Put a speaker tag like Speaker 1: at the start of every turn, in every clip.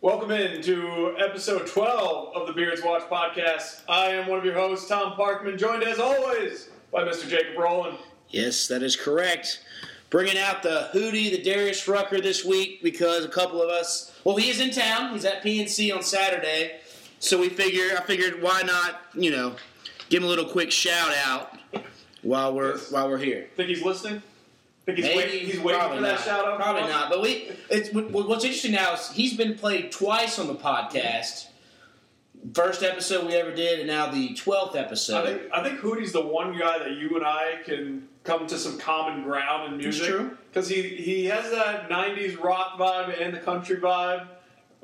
Speaker 1: Welcome in to episode 12 of the Beards Watch podcast. I am one of your hosts, Tom Parkman, joined as always by Mr. Jacob Rowland.
Speaker 2: Yes, that is correct. Bringing out the Hootie, the Darius Rucker this week because a couple of us. Well, he is in town. He's at PNC on Saturday, so we figure. I figured, why not? You know, give him a little quick shout out while we're
Speaker 1: Yes.
Speaker 2: while we're here.
Speaker 1: Think he's listening? Think he's waiting, he's waiting
Speaker 2: probably
Speaker 1: for that
Speaker 2: not.
Speaker 1: shout out?
Speaker 2: Probably not. But we. It's what- what's interesting now is he's been played twice on the podcast. First episode we ever did, and now the twelfth
Speaker 1: I
Speaker 2: episode.
Speaker 1: think, I think Hootie's the one guy that you and I can come to some common ground in music.
Speaker 2: true.
Speaker 1: Because he, he has that 90s rock vibe and the country vibe.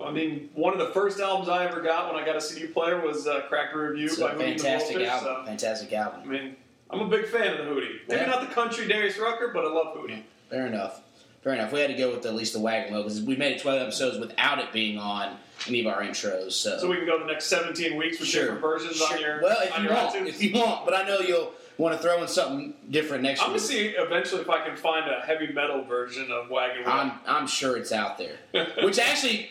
Speaker 1: I mean, one of the first albums I ever got when I got a CD player was uh, Cracker Review
Speaker 2: it's
Speaker 1: by
Speaker 2: a
Speaker 1: Hootie and the uh,
Speaker 2: fantastic
Speaker 1: Blowfish,
Speaker 2: album.
Speaker 1: so-
Speaker 2: Fantastic
Speaker 1: I
Speaker 2: album.
Speaker 1: mean, I'm a big fan of the Hootie. Maybe
Speaker 2: Yeah.
Speaker 1: not the country Darius Rucker, but I love Hootie.
Speaker 2: Fair enough. Fair enough. We had to go with at least the wagon wheel because we made it 12 episodes without it being on any of our intros. So,
Speaker 1: So we can go the next 17 weeks with different versions
Speaker 2: Sure.
Speaker 1: on your
Speaker 2: well, if
Speaker 1: on
Speaker 2: you
Speaker 1: your
Speaker 2: want,
Speaker 1: iTunes.
Speaker 2: if you want, but I know you'll want to throw in something different next
Speaker 1: I'm gonna
Speaker 2: week.
Speaker 1: see eventually if I can find a heavy metal version of Wagon Wheel.
Speaker 2: I'm I'm sure it's out there. Which actually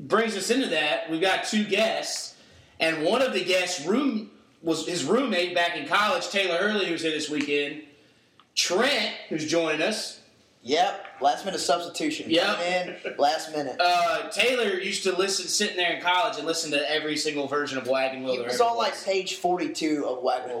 Speaker 2: brings us into that. We've got two guests, and one of the guests' room was his roommate back in college, Taylor Early, who's here this weekend. Trent, who's joining us,
Speaker 3: Yep, last minute substitution.
Speaker 2: Yep.
Speaker 3: Coming in last minute.
Speaker 2: uh, Taylor used to listen, sitting there in college, and listen to every single version of Wagon Wheel.
Speaker 3: it
Speaker 2: there
Speaker 3: was
Speaker 2: ever
Speaker 3: on like
Speaker 2: was.
Speaker 3: page 42 of Wagon Wheel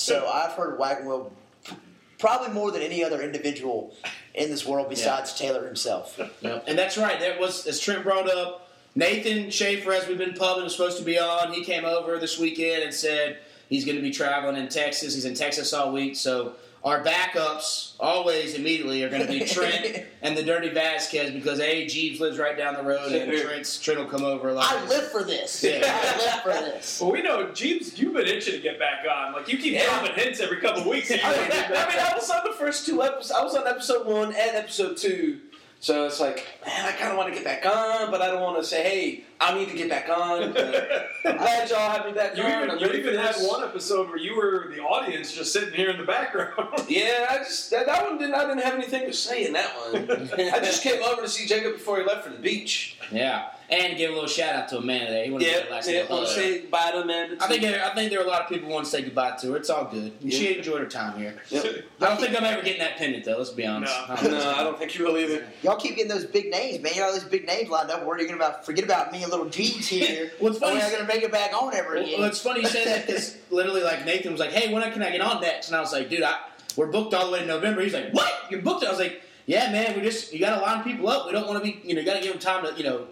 Speaker 3: so I've heard Wagon Wheel p- probably more than any other individual in this world besides Taylor himself.
Speaker 2: Yep. And that's right. That was as Trent brought up. Nathan Schaefer, as we've been pubbing, was supposed to be on. He came over this weekend and said he's going to be traveling in Texas. He's in Texas all week, so our backups always immediately are going to be Trent and the Dirty Vasquez because a Jeeves lives right down the road, and Trent's Trent will come over a lot.
Speaker 3: I live for this.
Speaker 2: Yeah.
Speaker 3: I live for this.
Speaker 1: well, we know, Jeeves, you've been itching to get back on. Like you keep
Speaker 4: Yeah.
Speaker 1: dropping hints every couple of weeks. that you
Speaker 4: I
Speaker 1: wanna
Speaker 4: mean,
Speaker 1: be
Speaker 4: I,
Speaker 1: back.
Speaker 4: mean, I was on the first two episodes. I was on episode one and episode two. So it's like, man, I kind of want to get back on, but I don't want to say, hey, I need to get back on. But I'm glad y'all have me back
Speaker 1: you
Speaker 4: on.
Speaker 1: even,
Speaker 4: I'm
Speaker 1: you
Speaker 4: ready
Speaker 1: even
Speaker 4: for
Speaker 1: had
Speaker 4: this.
Speaker 1: one episode where you were the audience just sitting here in the background.
Speaker 4: Yeah, I just that, that one didn't. I didn't have anything to say in that one. I just came over to see Jacob before he left for the beach.
Speaker 2: yeah, and give a little shout out to Amanda there. He wanted to
Speaker 4: Yeah,
Speaker 2: say last
Speaker 4: yeah.
Speaker 2: name.
Speaker 4: Want to say bye to Amanda?
Speaker 2: I think
Speaker 4: too.
Speaker 2: there, I think there are a lot of people who want to say goodbye to her. It's all good. She enjoyed her time here.
Speaker 4: Yep.
Speaker 2: I don't think I'm ever getting that pendant though. Let's be honest.
Speaker 1: No.
Speaker 2: I don't know.
Speaker 4: no, I don't think you will either.
Speaker 3: Y'all keep getting those big names, man. You got all these big names lined up. Where are you going to about forget about me and little G's here?
Speaker 2: Well, it's
Speaker 3: Oh,
Speaker 2: funny.
Speaker 3: we're not going to make it back on ever
Speaker 2: well,
Speaker 3: again.
Speaker 2: well, it's funny you say that because literally, like Nathan was like, "Hey, when can I get on next?" And I was like, "Dude, I, we're booked all the way to November." He's like, "What? You're booked?" I was like, "Yeah, man. We just you got to line people up. We don't want to be, you know, got to give them time to, you know,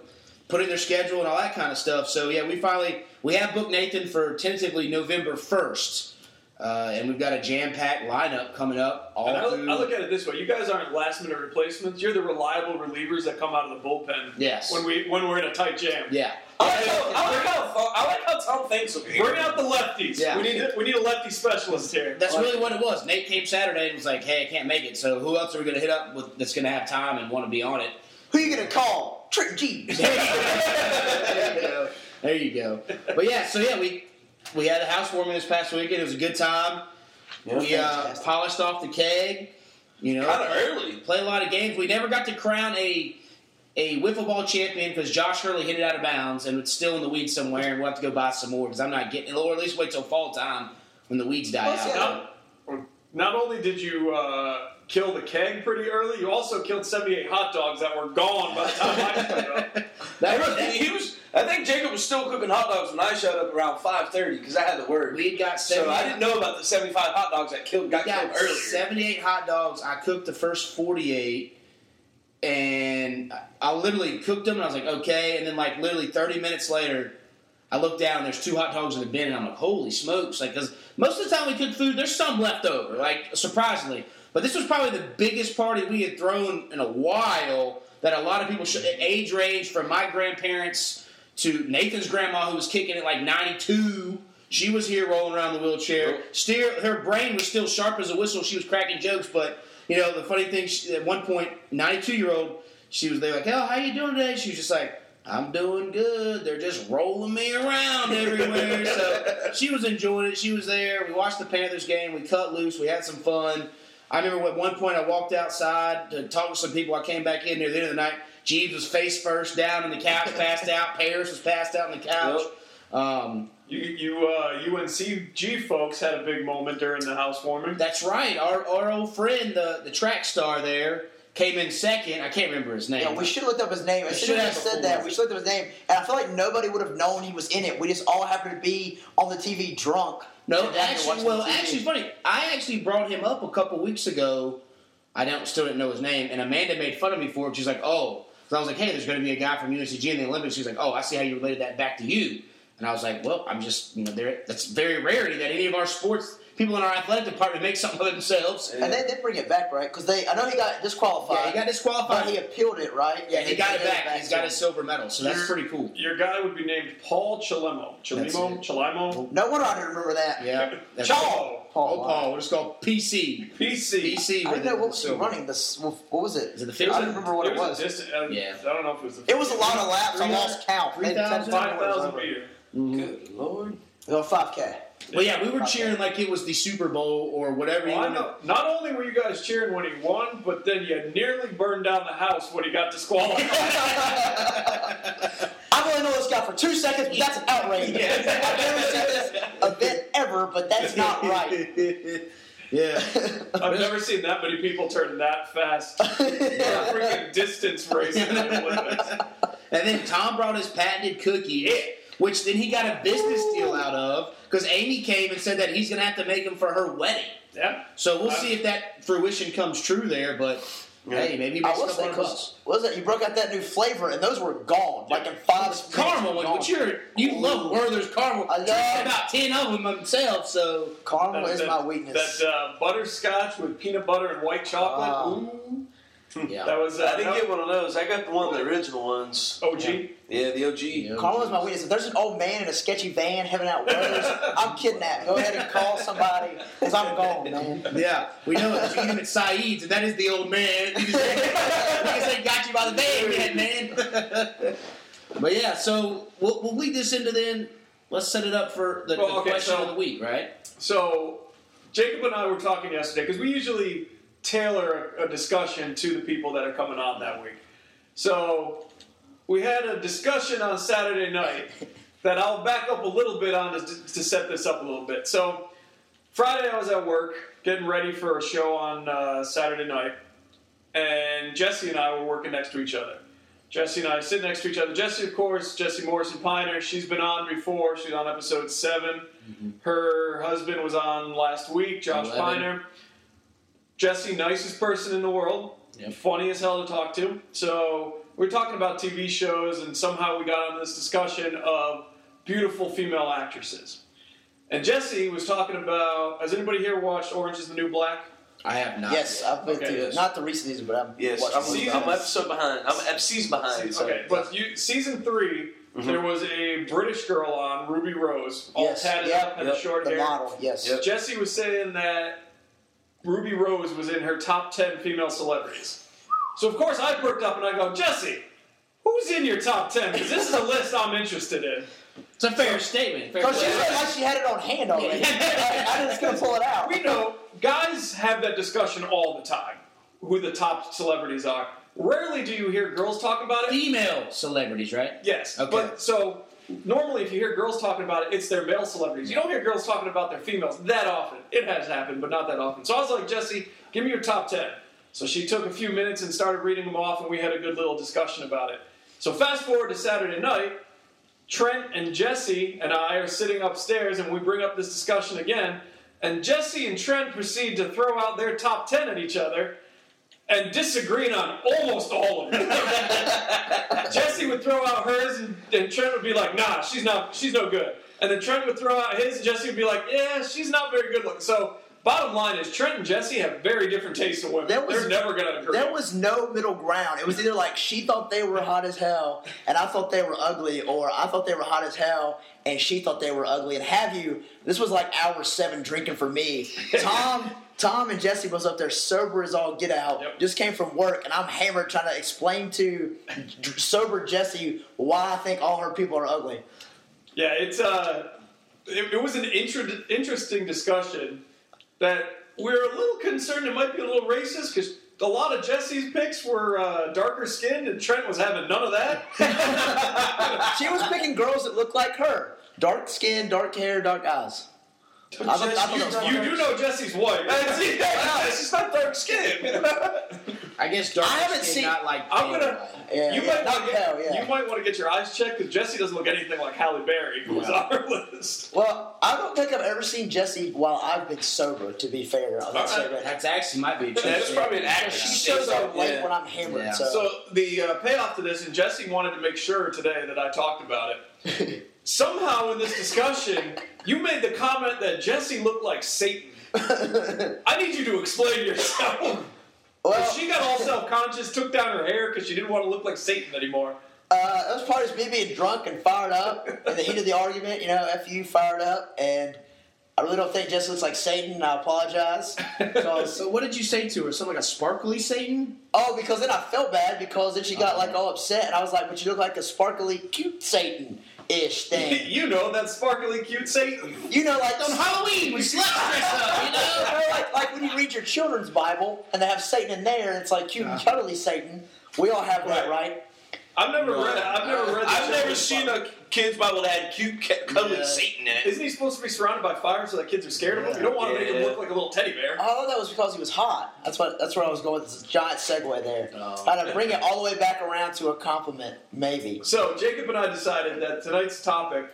Speaker 2: put in their schedule and all that kind of stuff." So yeah, we finally we have booked Nathan for tentatively November first, uh, and we've got a jam packed lineup coming up. All
Speaker 1: And I,
Speaker 2: through-
Speaker 1: look, I look at it this way: you guys aren't last minute replacements. You're the reliable relievers that come out of the bullpen.
Speaker 2: Yes.
Speaker 1: When we when we're in a tight jam.
Speaker 2: yeah.
Speaker 4: I like how I like how, I like how Tom thinks of me.
Speaker 1: Bring out the lefties.
Speaker 2: Yeah.
Speaker 1: We need we need a lefty specialist here.
Speaker 2: That's really what it was. Nate came Saturday and was like, "Hey, I can't make it. So who else are we going to hit up with that's going to have time and want to be on it?"
Speaker 3: Who you going to call? Trick G.
Speaker 2: there you go. There you go. But yeah, so yeah, we we had a housewarming this past weekend. It was a good time. we uh,
Speaker 3: Fantastic.
Speaker 2: polished off the keg. You know,
Speaker 4: Kind of early.
Speaker 2: played a lot of games. We never got to crown a a wiffle ball champion because Josh Hurley hit it out of bounds and it's still in the weeds somewhere. And we'll have to go buy some more because I'm not getting, or at least wait till fall time when the weeds die
Speaker 3: Plus,
Speaker 2: out.
Speaker 3: yeah,
Speaker 1: Not, not only did you uh, kill the keg pretty early, you also killed 78 hot dogs that were gone by the time I showed up.
Speaker 2: That
Speaker 4: Hey,
Speaker 2: was-
Speaker 4: look, he was. I think Jacob was still cooking hot dogs when I showed up around five thirty because I had the word.
Speaker 2: we had got
Speaker 4: so
Speaker 2: seven.
Speaker 4: I didn't know about the seventy-five hot dogs that killed got,
Speaker 2: got
Speaker 4: killed earlier.
Speaker 2: 78 hot dogs. I cooked the first 48, and I- I literally cooked them, and I was like, okay. And then, like, literally 30 minutes later, I look down, and there's two hot dogs in the bin, and I'm like, holy smokes. Like, because most of the time we cook food, there's some left over, like, surprisingly. But this was probably the biggest party we had thrown in a while that a lot of people should, age range from my grandparents to Nathan's grandma, who was kicking it like 92. She was here rolling around the wheelchair.
Speaker 4: Yep.
Speaker 2: Steer, her brain was still sharp as a whistle. She was cracking jokes, but you know the funny thing. She, at one point, ninety-two year old, she was there like, "Oh, how you doing today?" She was just like, "I'm doing good." They're just rolling me around everywhere. so she was enjoying it. She was there. We watched the Panthers game. We cut loose. We had some fun. I remember at one point I walked outside to talk to some people. I came back in near the end of the night. Jeeves was face first down in the couch, passed out. Paris was passed out on the couch. Um,
Speaker 1: You, you uh, UNCG folks had a big moment during the housewarming.
Speaker 2: that's right. Our, our old friend, the, the track star there, came in second. I can't remember his name.
Speaker 3: Yeah, we should look up his name. As
Speaker 2: We
Speaker 3: soon
Speaker 2: should
Speaker 3: as I
Speaker 2: have
Speaker 3: said
Speaker 2: before.
Speaker 3: that, we should look up his name, and I feel like nobody would have known he was in it. We just all happened to be on the TV drunk.
Speaker 2: No,
Speaker 3: and down here
Speaker 2: actually,
Speaker 3: watching
Speaker 2: well,
Speaker 3: the TV.
Speaker 2: actually, it's funny. I actually brought him up a couple weeks ago. I don't still didn't know his name, and Amanda made fun of me for it. She's like, "Oh," so I was like, "Hey, there's going to be a guy from UNCG in the Olympics." She's like, "Oh, I see how you related that back to you," and I was like, "Well, I'm just you know, there. That's very rarity that any of our sports people in our athletic department make something of themselves."
Speaker 3: and they did bring it back, right? Because they, I know he got disqualified,
Speaker 2: Yeah, he got
Speaker 3: but
Speaker 2: disqualified.
Speaker 3: he appealed it, right?
Speaker 2: yeah, he got it back. He's got
Speaker 3: so-
Speaker 2: his silver medal, so that's pretty cool.
Speaker 1: Your guy would be named Paul Chalimo.
Speaker 2: That's
Speaker 1: Chalimo?
Speaker 2: it.
Speaker 1: Chalimo?
Speaker 3: No wonder I didn't remember that.
Speaker 2: Yeah, that's
Speaker 1: Paul!
Speaker 2: Oh, Paul. We'll just call PC.
Speaker 1: PC.
Speaker 2: PC.
Speaker 3: I
Speaker 2: with
Speaker 3: didn't know
Speaker 2: the
Speaker 3: what was he
Speaker 2: silver.
Speaker 3: running. This, what was it?
Speaker 2: Is it the
Speaker 3: I
Speaker 2: fifth?
Speaker 3: don't remember what it was.
Speaker 1: a distant- uh,
Speaker 2: Yeah.
Speaker 1: I don't know if it was the
Speaker 3: It was a lot of laps. I
Speaker 2: Three
Speaker 3: lost count.
Speaker 2: three thousand?
Speaker 1: Five thousand meter.
Speaker 4: Good lord.
Speaker 3: five k.
Speaker 2: Well, yeah, we were cheering like it was the Super Bowl or whatever.
Speaker 1: Well,
Speaker 2: you
Speaker 1: I
Speaker 2: want to-
Speaker 1: know. Not only were you guys cheering when he won, but then you nearly burned down the house when he got disqualified.
Speaker 3: I've only known this guy for two seconds, but that's an outrage. I've never seen this event ever, but that's not right.
Speaker 2: yeah.
Speaker 1: I've never seen that many people turn that fast for a freaking distance race in the Olympics.
Speaker 2: And then Tom brought his patented cookie, eh, which then he got a business deal out of because Amy came and said that he's going to have to make him for her wedding.
Speaker 1: Yeah.
Speaker 2: So we'll see if that fruition comes true there, but hey, maybe he
Speaker 3: I
Speaker 2: makes a
Speaker 3: will say,
Speaker 2: couple of
Speaker 3: 'cause-
Speaker 2: bucks.
Speaker 3: was it you broke out that new flavor, and those were gone, like in five minutes.
Speaker 2: Caramel,
Speaker 3: were
Speaker 2: one,
Speaker 3: gone.
Speaker 2: but you're, you love Werther's caramel.
Speaker 3: I love-
Speaker 2: Tried about 10 of them myself, so.
Speaker 3: caramel
Speaker 1: That-
Speaker 3: is
Speaker 1: that-
Speaker 3: my weakness.
Speaker 1: That uh, butterscotch with peanut butter and white chocolate.
Speaker 3: Ah.
Speaker 1: Ooh.
Speaker 2: Yeah.
Speaker 1: That was uh,
Speaker 4: I didn't
Speaker 1: that
Speaker 4: get one of those. I got the one of the original ones.
Speaker 1: OG.
Speaker 4: Yeah, the OG.
Speaker 2: Yeah.
Speaker 3: Caramel is my weakness. If there's an old man in a sketchy van handing out letters, I'm kidnapped. Go ahead and call somebody, because I'm gone, man.
Speaker 2: Yeah, we know it. You him at Saeed's, and that is the old man. He just ain't got you by the bag yet, man. but yeah, so we'll, we'll lead this into then. Let's set it up for the,
Speaker 1: Well,
Speaker 2: the
Speaker 1: okay,
Speaker 2: question
Speaker 1: so-
Speaker 2: of the week, right?
Speaker 1: So Jacob and I were talking yesterday because we usually tailor a, a discussion to the people that are coming on that week. So we had a discussion on Saturday night that I'll back up a little bit on to, to set this up a little bit. So Friday I was at work getting ready for a show on uh, Saturday night, and Jesse and I were working next to each other. Jesse and I sit next to each other. Jesse, of course, Jesse Morrison Piner. She's been on before. She's on episode 7 Her husband was on last week, Josh
Speaker 2: Mm-hmm. Eleven.
Speaker 1: Piner. Jesse, nicest person in the world,
Speaker 2: Yep.
Speaker 1: funny as hell to talk to. So we're talking about TV shows, and somehow we got on this discussion of beautiful female actresses. And Jesse was talking about. Has anybody here watched Orange Is the New Black?
Speaker 2: I have not.
Speaker 3: Yes, uh, I've been
Speaker 1: Okay,
Speaker 3: through
Speaker 1: yes.
Speaker 3: Not the recent season, but I'm
Speaker 4: Yes,
Speaker 3: watching
Speaker 4: I'm,
Speaker 3: season.
Speaker 1: Seasons.
Speaker 4: I'm an episode behind. I'm episodes behind. So.
Speaker 1: Okay, but you, season 3 there was a British girl on Ruby Rose, all
Speaker 3: Mm-hmm. Yes,
Speaker 1: tatted
Speaker 3: yep,
Speaker 1: up, had
Speaker 4: yep,
Speaker 1: short
Speaker 3: the
Speaker 1: hair.
Speaker 3: model. Yes.
Speaker 4: Yep.
Speaker 1: Jesse was saying that Ruby Rose was in her top ten female celebrities. So of course I perked up and I go, Jesse, who's in your top ten? Because this is a list I'm interested in.
Speaker 2: It's a fair statement. Fair
Speaker 3: Because she
Speaker 2: statement.
Speaker 3: said like she had it on hand already.
Speaker 2: Yeah.
Speaker 3: I, I just gonna pull it out.
Speaker 1: We know guys have that discussion all the time, who the top celebrities are. Rarely do you hear girls talk about it.
Speaker 2: Female celebrities, right?
Speaker 1: Yes.
Speaker 2: Okay.
Speaker 1: But so normally, if you hear girls talking about it, it's their male celebrities. You don't hear girls talking about their females that often. It has happened, but not that often. So I was like, Jesse, give me your top ten. So she took a few minutes and started reading them off, and we had a good little discussion about it. So fast forward to Saturday night. Trent and Jesse and I are sitting upstairs, and we bring up this discussion again. And Jesse and Trent proceed to throw out their top ten at each other, and disagreeing on almost all of them. Jesse would throw out hers, and, and Trent would be like, "Nah, she's not. She's no good." And then Trent would throw out his, and Jesse would be like, "Yeah, she's not very good looking." So, bottom line is, Trent and Jesse have very different tastes in women.
Speaker 3: There was-
Speaker 1: They're never gonna agree.
Speaker 3: There was no middle ground. It was either like she thought they were hot as hell and I thought they were ugly, or I thought they were hot as hell and she thought they were ugly. And have you? This was like hour seven drinking for me. Tom, Tom, and Jesse was up there sober as all get out.
Speaker 1: Yep.
Speaker 3: Just came from work, and I'm hammered trying to explain to d- sober Jesse why I think all her people are ugly.
Speaker 1: yeah, it's uh, it, it was an inter- interesting discussion that we are a little concerned it might be a little racist because A lot of Jesse's picks were uh, darker skinned, and Trent was having none of that.
Speaker 3: She was picking girls that looked like her. Dark skin, dark hair, dark eyes. I thought- I thought that was
Speaker 1: you, you do know Jesse's wife. She's not dark skinned.
Speaker 2: I guess dark
Speaker 3: I haven't
Speaker 2: skin,
Speaker 3: seen-
Speaker 2: not like.
Speaker 1: I'm gonna-
Speaker 2: pale.
Speaker 3: Yeah,
Speaker 1: you,
Speaker 3: yeah,
Speaker 1: might
Speaker 3: dark
Speaker 1: want to get,
Speaker 3: hair, yeah.
Speaker 1: you might want to get your eyes checked because Jesse doesn't look anything like Halle Berry, who was
Speaker 2: No.
Speaker 1: on our list.
Speaker 3: Well, I don't think I've ever seen Jesse while I've been sober. To be fair, on
Speaker 1: All
Speaker 3: that
Speaker 1: right.
Speaker 3: sober.
Speaker 2: That's actually might be. a
Speaker 1: That's
Speaker 2: choice.
Speaker 1: probably an act-
Speaker 3: She
Speaker 1: Yeah.
Speaker 3: shows up late
Speaker 4: Yeah.
Speaker 3: when I'm hammered.
Speaker 2: Yeah.
Speaker 3: So,
Speaker 1: So the uh, payoff to this, and Jesse wanted to make sure today that I talked about it. Somehow in this discussion, you made the comment that Jesse looked like Satan. I need you to explain yourself.
Speaker 3: well,
Speaker 1: she got all self conscious, took down her hair because she didn't want to look like Satan anymore.
Speaker 3: uh, that was part of me being drunk and fired up in the heat of the argument. You know, fu fired up, and I really don't think Jesse looks like Satan. and I apologize. So,
Speaker 2: So what did you say to her? Something like a sparkly Satan?
Speaker 3: oh, because then I felt bad because then she got like all upset, and I was like, "But you look like a sparkly, cute Satan-ish thing."
Speaker 1: you know that sparkly, cute Satan.
Speaker 3: You know, like on
Speaker 2: Halloween, we slept dress up, you know?
Speaker 3: You know, like, like when you read your children's Bible and they have Satan in there, and it's like cute and cuddly Satan. We all have that, right?
Speaker 1: I've never read. I've never read. the
Speaker 4: I've never
Speaker 1: children's
Speaker 4: seen
Speaker 1: Bible.
Speaker 4: a kid's Bible that had cute, ca- cuddly
Speaker 2: Yeah.
Speaker 4: Satan in it.
Speaker 1: Isn't he supposed to be surrounded by fire so that kids are scared of him? You don't want to make him
Speaker 4: Yeah.
Speaker 1: look like a little teddy bear.
Speaker 3: I thought that was because he was hot. That's what. That's where I was going with this giant segue there.
Speaker 2: Oh.
Speaker 3: I had to bring it all the way back around to a compliment, maybe.
Speaker 1: So Jacob and I decided that tonight's topic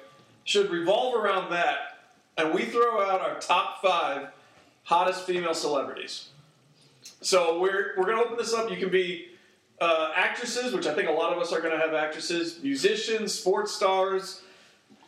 Speaker 1: should revolve around that, and we throw out our top five hottest female celebrities. So we're we're gonna open this up. You can be uh, actresses, which I think a lot of us are gonna have actresses, musicians, sports stars.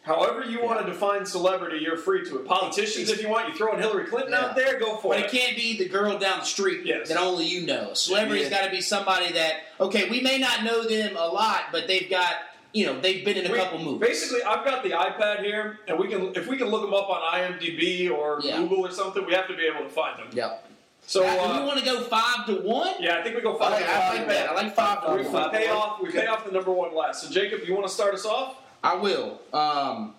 Speaker 1: However you want to define celebrity, you're free to it. Politicians, if you want, you throw in Hillary Clinton out
Speaker 2: Yeah.
Speaker 1: there, go for
Speaker 2: But
Speaker 1: it.
Speaker 2: it can't be the girl down the street
Speaker 1: Yes.
Speaker 2: that only you know. A celebrity's
Speaker 4: Yeah.
Speaker 2: got to be somebody that okay, we may not know them a lot, but they've got you know they've been in a
Speaker 1: We-
Speaker 2: couple movies.
Speaker 1: Basically, I've got the iPad here, and we can if we can look them up on IMDb or
Speaker 2: Yeah.
Speaker 1: Google or something, we have to be able to find them.
Speaker 2: Yep.
Speaker 1: So
Speaker 2: Uh, do we
Speaker 1: uh,
Speaker 2: want to go five to one?
Speaker 1: yeah, I think we go
Speaker 2: I
Speaker 1: five.
Speaker 2: like, I like that. I like five to
Speaker 1: we, we
Speaker 2: one.
Speaker 1: pay off. We pay off the number one last. So Jacob, you want to start us off?
Speaker 2: I will. Um,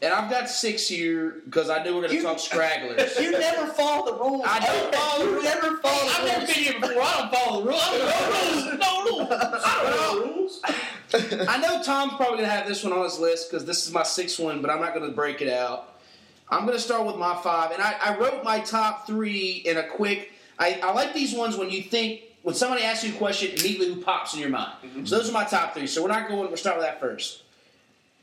Speaker 2: and I've got six here because I knew we are going
Speaker 3: You-
Speaker 2: to talk stragglers.
Speaker 3: You never follow the rules.
Speaker 2: I don't
Speaker 3: Hey,
Speaker 2: follow the
Speaker 3: you
Speaker 2: rules.
Speaker 3: never follow the
Speaker 2: I've
Speaker 3: rules.
Speaker 2: never been here before. I don't follow the rules. I'm no rules. No rules. I don't know.
Speaker 1: rules.
Speaker 2: I know Tom's probably going to have this one on his list because this is my sixth one, but I'm not going to break it out. I'm going to start with my five, and I, I wrote my top three in a quick. I, I like these ones when you think when somebody asks you a question, immediately who pops in your mind. So those are my top three. So we're not going. We'll start with that first.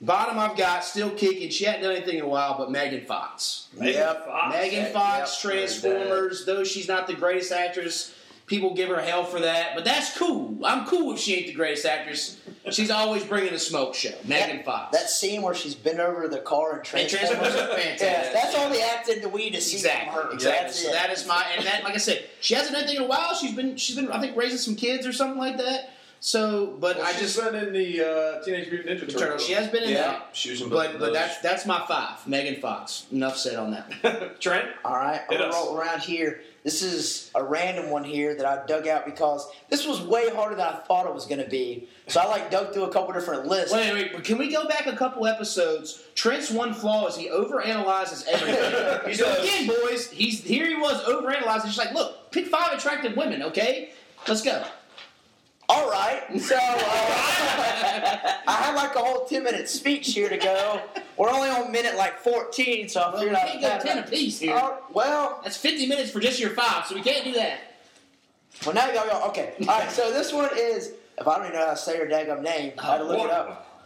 Speaker 2: Bottom, I've got still kicking. She hadn't done anything in a while, but Megan Fox.
Speaker 3: Yep.
Speaker 1: Fox.
Speaker 2: Megan Fox,
Speaker 4: yep, heard
Speaker 2: Transformers. Though she's not the greatest actress, people give her hell for that. But that's cool. I'm cool if she ain't the greatest actress. She's always bringing a smoke show. Megan Fox.
Speaker 3: That scene where she's bent over the car and
Speaker 2: and
Speaker 3: transforms.
Speaker 2: Transformers are fantastic.
Speaker 3: Yeah, that's all the acting that we need to see from her.
Speaker 2: Exactly. Exactly.
Speaker 3: That's
Speaker 2: So
Speaker 3: it.
Speaker 2: that is my and that like I said, she hasn't done anything in a while. She's been she's been I think raising some kids or something like that. So, but
Speaker 1: Well,
Speaker 2: I
Speaker 1: she's
Speaker 2: just
Speaker 1: been in the uh, Teenage Mutant Ninja
Speaker 2: Turtle.
Speaker 1: Turtles.
Speaker 2: She has been in
Speaker 4: Yeah,
Speaker 2: that.
Speaker 4: she was in both
Speaker 2: But
Speaker 4: of
Speaker 2: but
Speaker 4: those.
Speaker 2: that's that's my five. Megan Fox. Enough said on that.
Speaker 1: Trent.
Speaker 3: All right, I'm
Speaker 1: Hit
Speaker 3: gonna
Speaker 1: us.
Speaker 3: roll around here. This is a random one here that I dug out because this was way harder than I thought it was going to be. So I like dug through a couple different lists.
Speaker 2: Wait, wait, wait, can we go back a couple episodes? Trent's one flaw is he overanalyzes everything. he's like, again, boys, he's here. He was overanalyzing. She's like, look, pick five attractive women, okay? Let's go.
Speaker 3: All right, so uh, I had like a whole ten minute speech here to go. We're only on minute like fourteen, so I
Speaker 2: Well, we
Speaker 3: figured
Speaker 2: can't
Speaker 3: I'd
Speaker 2: go ten apiece here.
Speaker 3: All right, well,
Speaker 2: That's fifty minutes for just your five, so we can't do that.
Speaker 3: Well, now y'all go. Okay. All right. So this one is. If I don't even know how to say her daggum name, I had to look
Speaker 2: Oh,
Speaker 3: it up.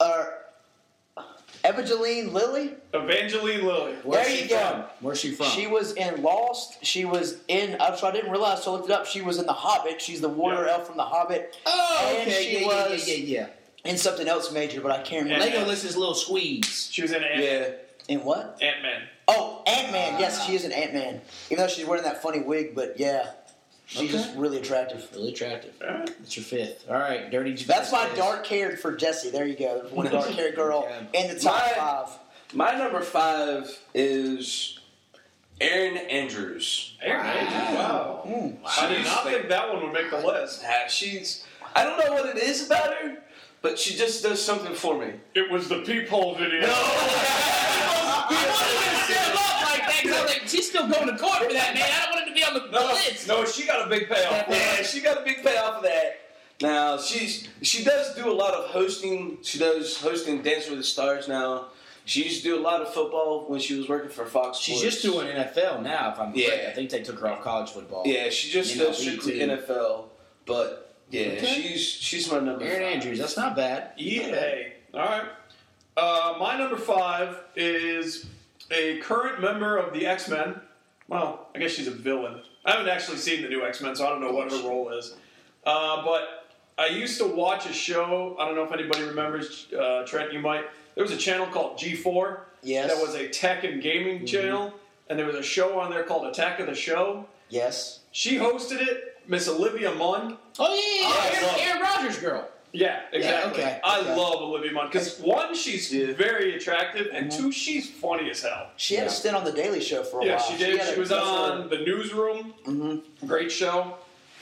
Speaker 3: Uh, Evangeline Lilly.
Speaker 1: Evangeline Lilly.
Speaker 3: Where's
Speaker 2: she
Speaker 3: she from?
Speaker 2: From? Where's she from?
Speaker 3: She was in Lost. She was in. I'm sorry, I didn't realize. So I looked it up. She was in The Hobbit. She's the water
Speaker 1: Yeah.
Speaker 3: elf from The Hobbit.
Speaker 2: oh,
Speaker 3: and
Speaker 2: okay,
Speaker 3: she
Speaker 2: yeah, yeah,
Speaker 3: was-
Speaker 2: yeah, yeah,
Speaker 3: And something else major, but I can't
Speaker 2: yeah.
Speaker 3: remember.
Speaker 2: Lego lists his little squeeze.
Speaker 1: She was in Ant
Speaker 4: yeah.
Speaker 3: In what?
Speaker 1: Ant Man.
Speaker 3: Oh, Ant Man. Yes, she is an Ant Man. Even though she's wearing that funny wig, but yeah, she's
Speaker 2: Okay.
Speaker 3: just really attractive.
Speaker 2: Really attractive. That's your fifth. All right, dirty.
Speaker 3: That's my
Speaker 2: Justice.
Speaker 3: dark haired for Jesse. There you go. There's one dark haired girl in the top
Speaker 4: My-
Speaker 3: five.
Speaker 4: My number five is Aaron Andrews.
Speaker 1: Aaron Andrews. Wow. I did
Speaker 4: She's
Speaker 1: not
Speaker 4: like-
Speaker 1: think that one would make the list.
Speaker 4: Ah, She's. I don't know what it is about her, but she just does something for me.
Speaker 1: It was the peephole video.
Speaker 2: I wanted her to step up like that 'cause I was like, she's still going to court for that, man. I don't want him to be on the
Speaker 1: No,
Speaker 2: it's-
Speaker 1: no, she got a big payoff.
Speaker 4: Yeah, she got a big payoff for that. Now she's she does do a lot of hosting. She does hosting Dance with the Stars now. She used to do a lot of football when she was working for Fox.
Speaker 2: She's
Speaker 4: Sports.
Speaker 2: just doing NFL now, if I'm correct.
Speaker 4: Yeah.
Speaker 2: I think they took her off college football.
Speaker 4: Yeah, she just
Speaker 2: You know,
Speaker 4: does strictly
Speaker 2: BT.
Speaker 4: NFL. But yeah,
Speaker 2: Okay.
Speaker 4: she's she's my number.
Speaker 2: Aaron
Speaker 4: five.
Speaker 2: Andrews, that's not bad.
Speaker 1: EA. E All right. Uh, my number five is a current member of the X Men. Well, I guess she's a villain. I haven't actually seen the new X Men, so I don't know what her role is. Uh, but I used to watch a show. I don't know if anybody remembers uh, Trent. You might. There was a channel called G4.
Speaker 3: Yes.
Speaker 1: That was a tech and gaming channel, and there was a show on there called Attack of the Show.
Speaker 3: Yes.
Speaker 1: She hosted it. Miss Olivia Munn.
Speaker 2: Oh yeah, yeah, yeah.
Speaker 1: I love-
Speaker 2: Aaron, Aaron Rodgers girl.
Speaker 1: Yeah, exactly.
Speaker 3: okay,
Speaker 1: I
Speaker 3: okay.
Speaker 1: love Olivia Munn because one, she's very attractive, and two, she's funny as hell.
Speaker 3: She had a stint on the Daily Show for a
Speaker 1: Yeah,
Speaker 3: while.
Speaker 1: she did.
Speaker 3: Oh, had
Speaker 1: She,
Speaker 3: a-
Speaker 1: was on the Newsroom. Mm-hmm. Great show.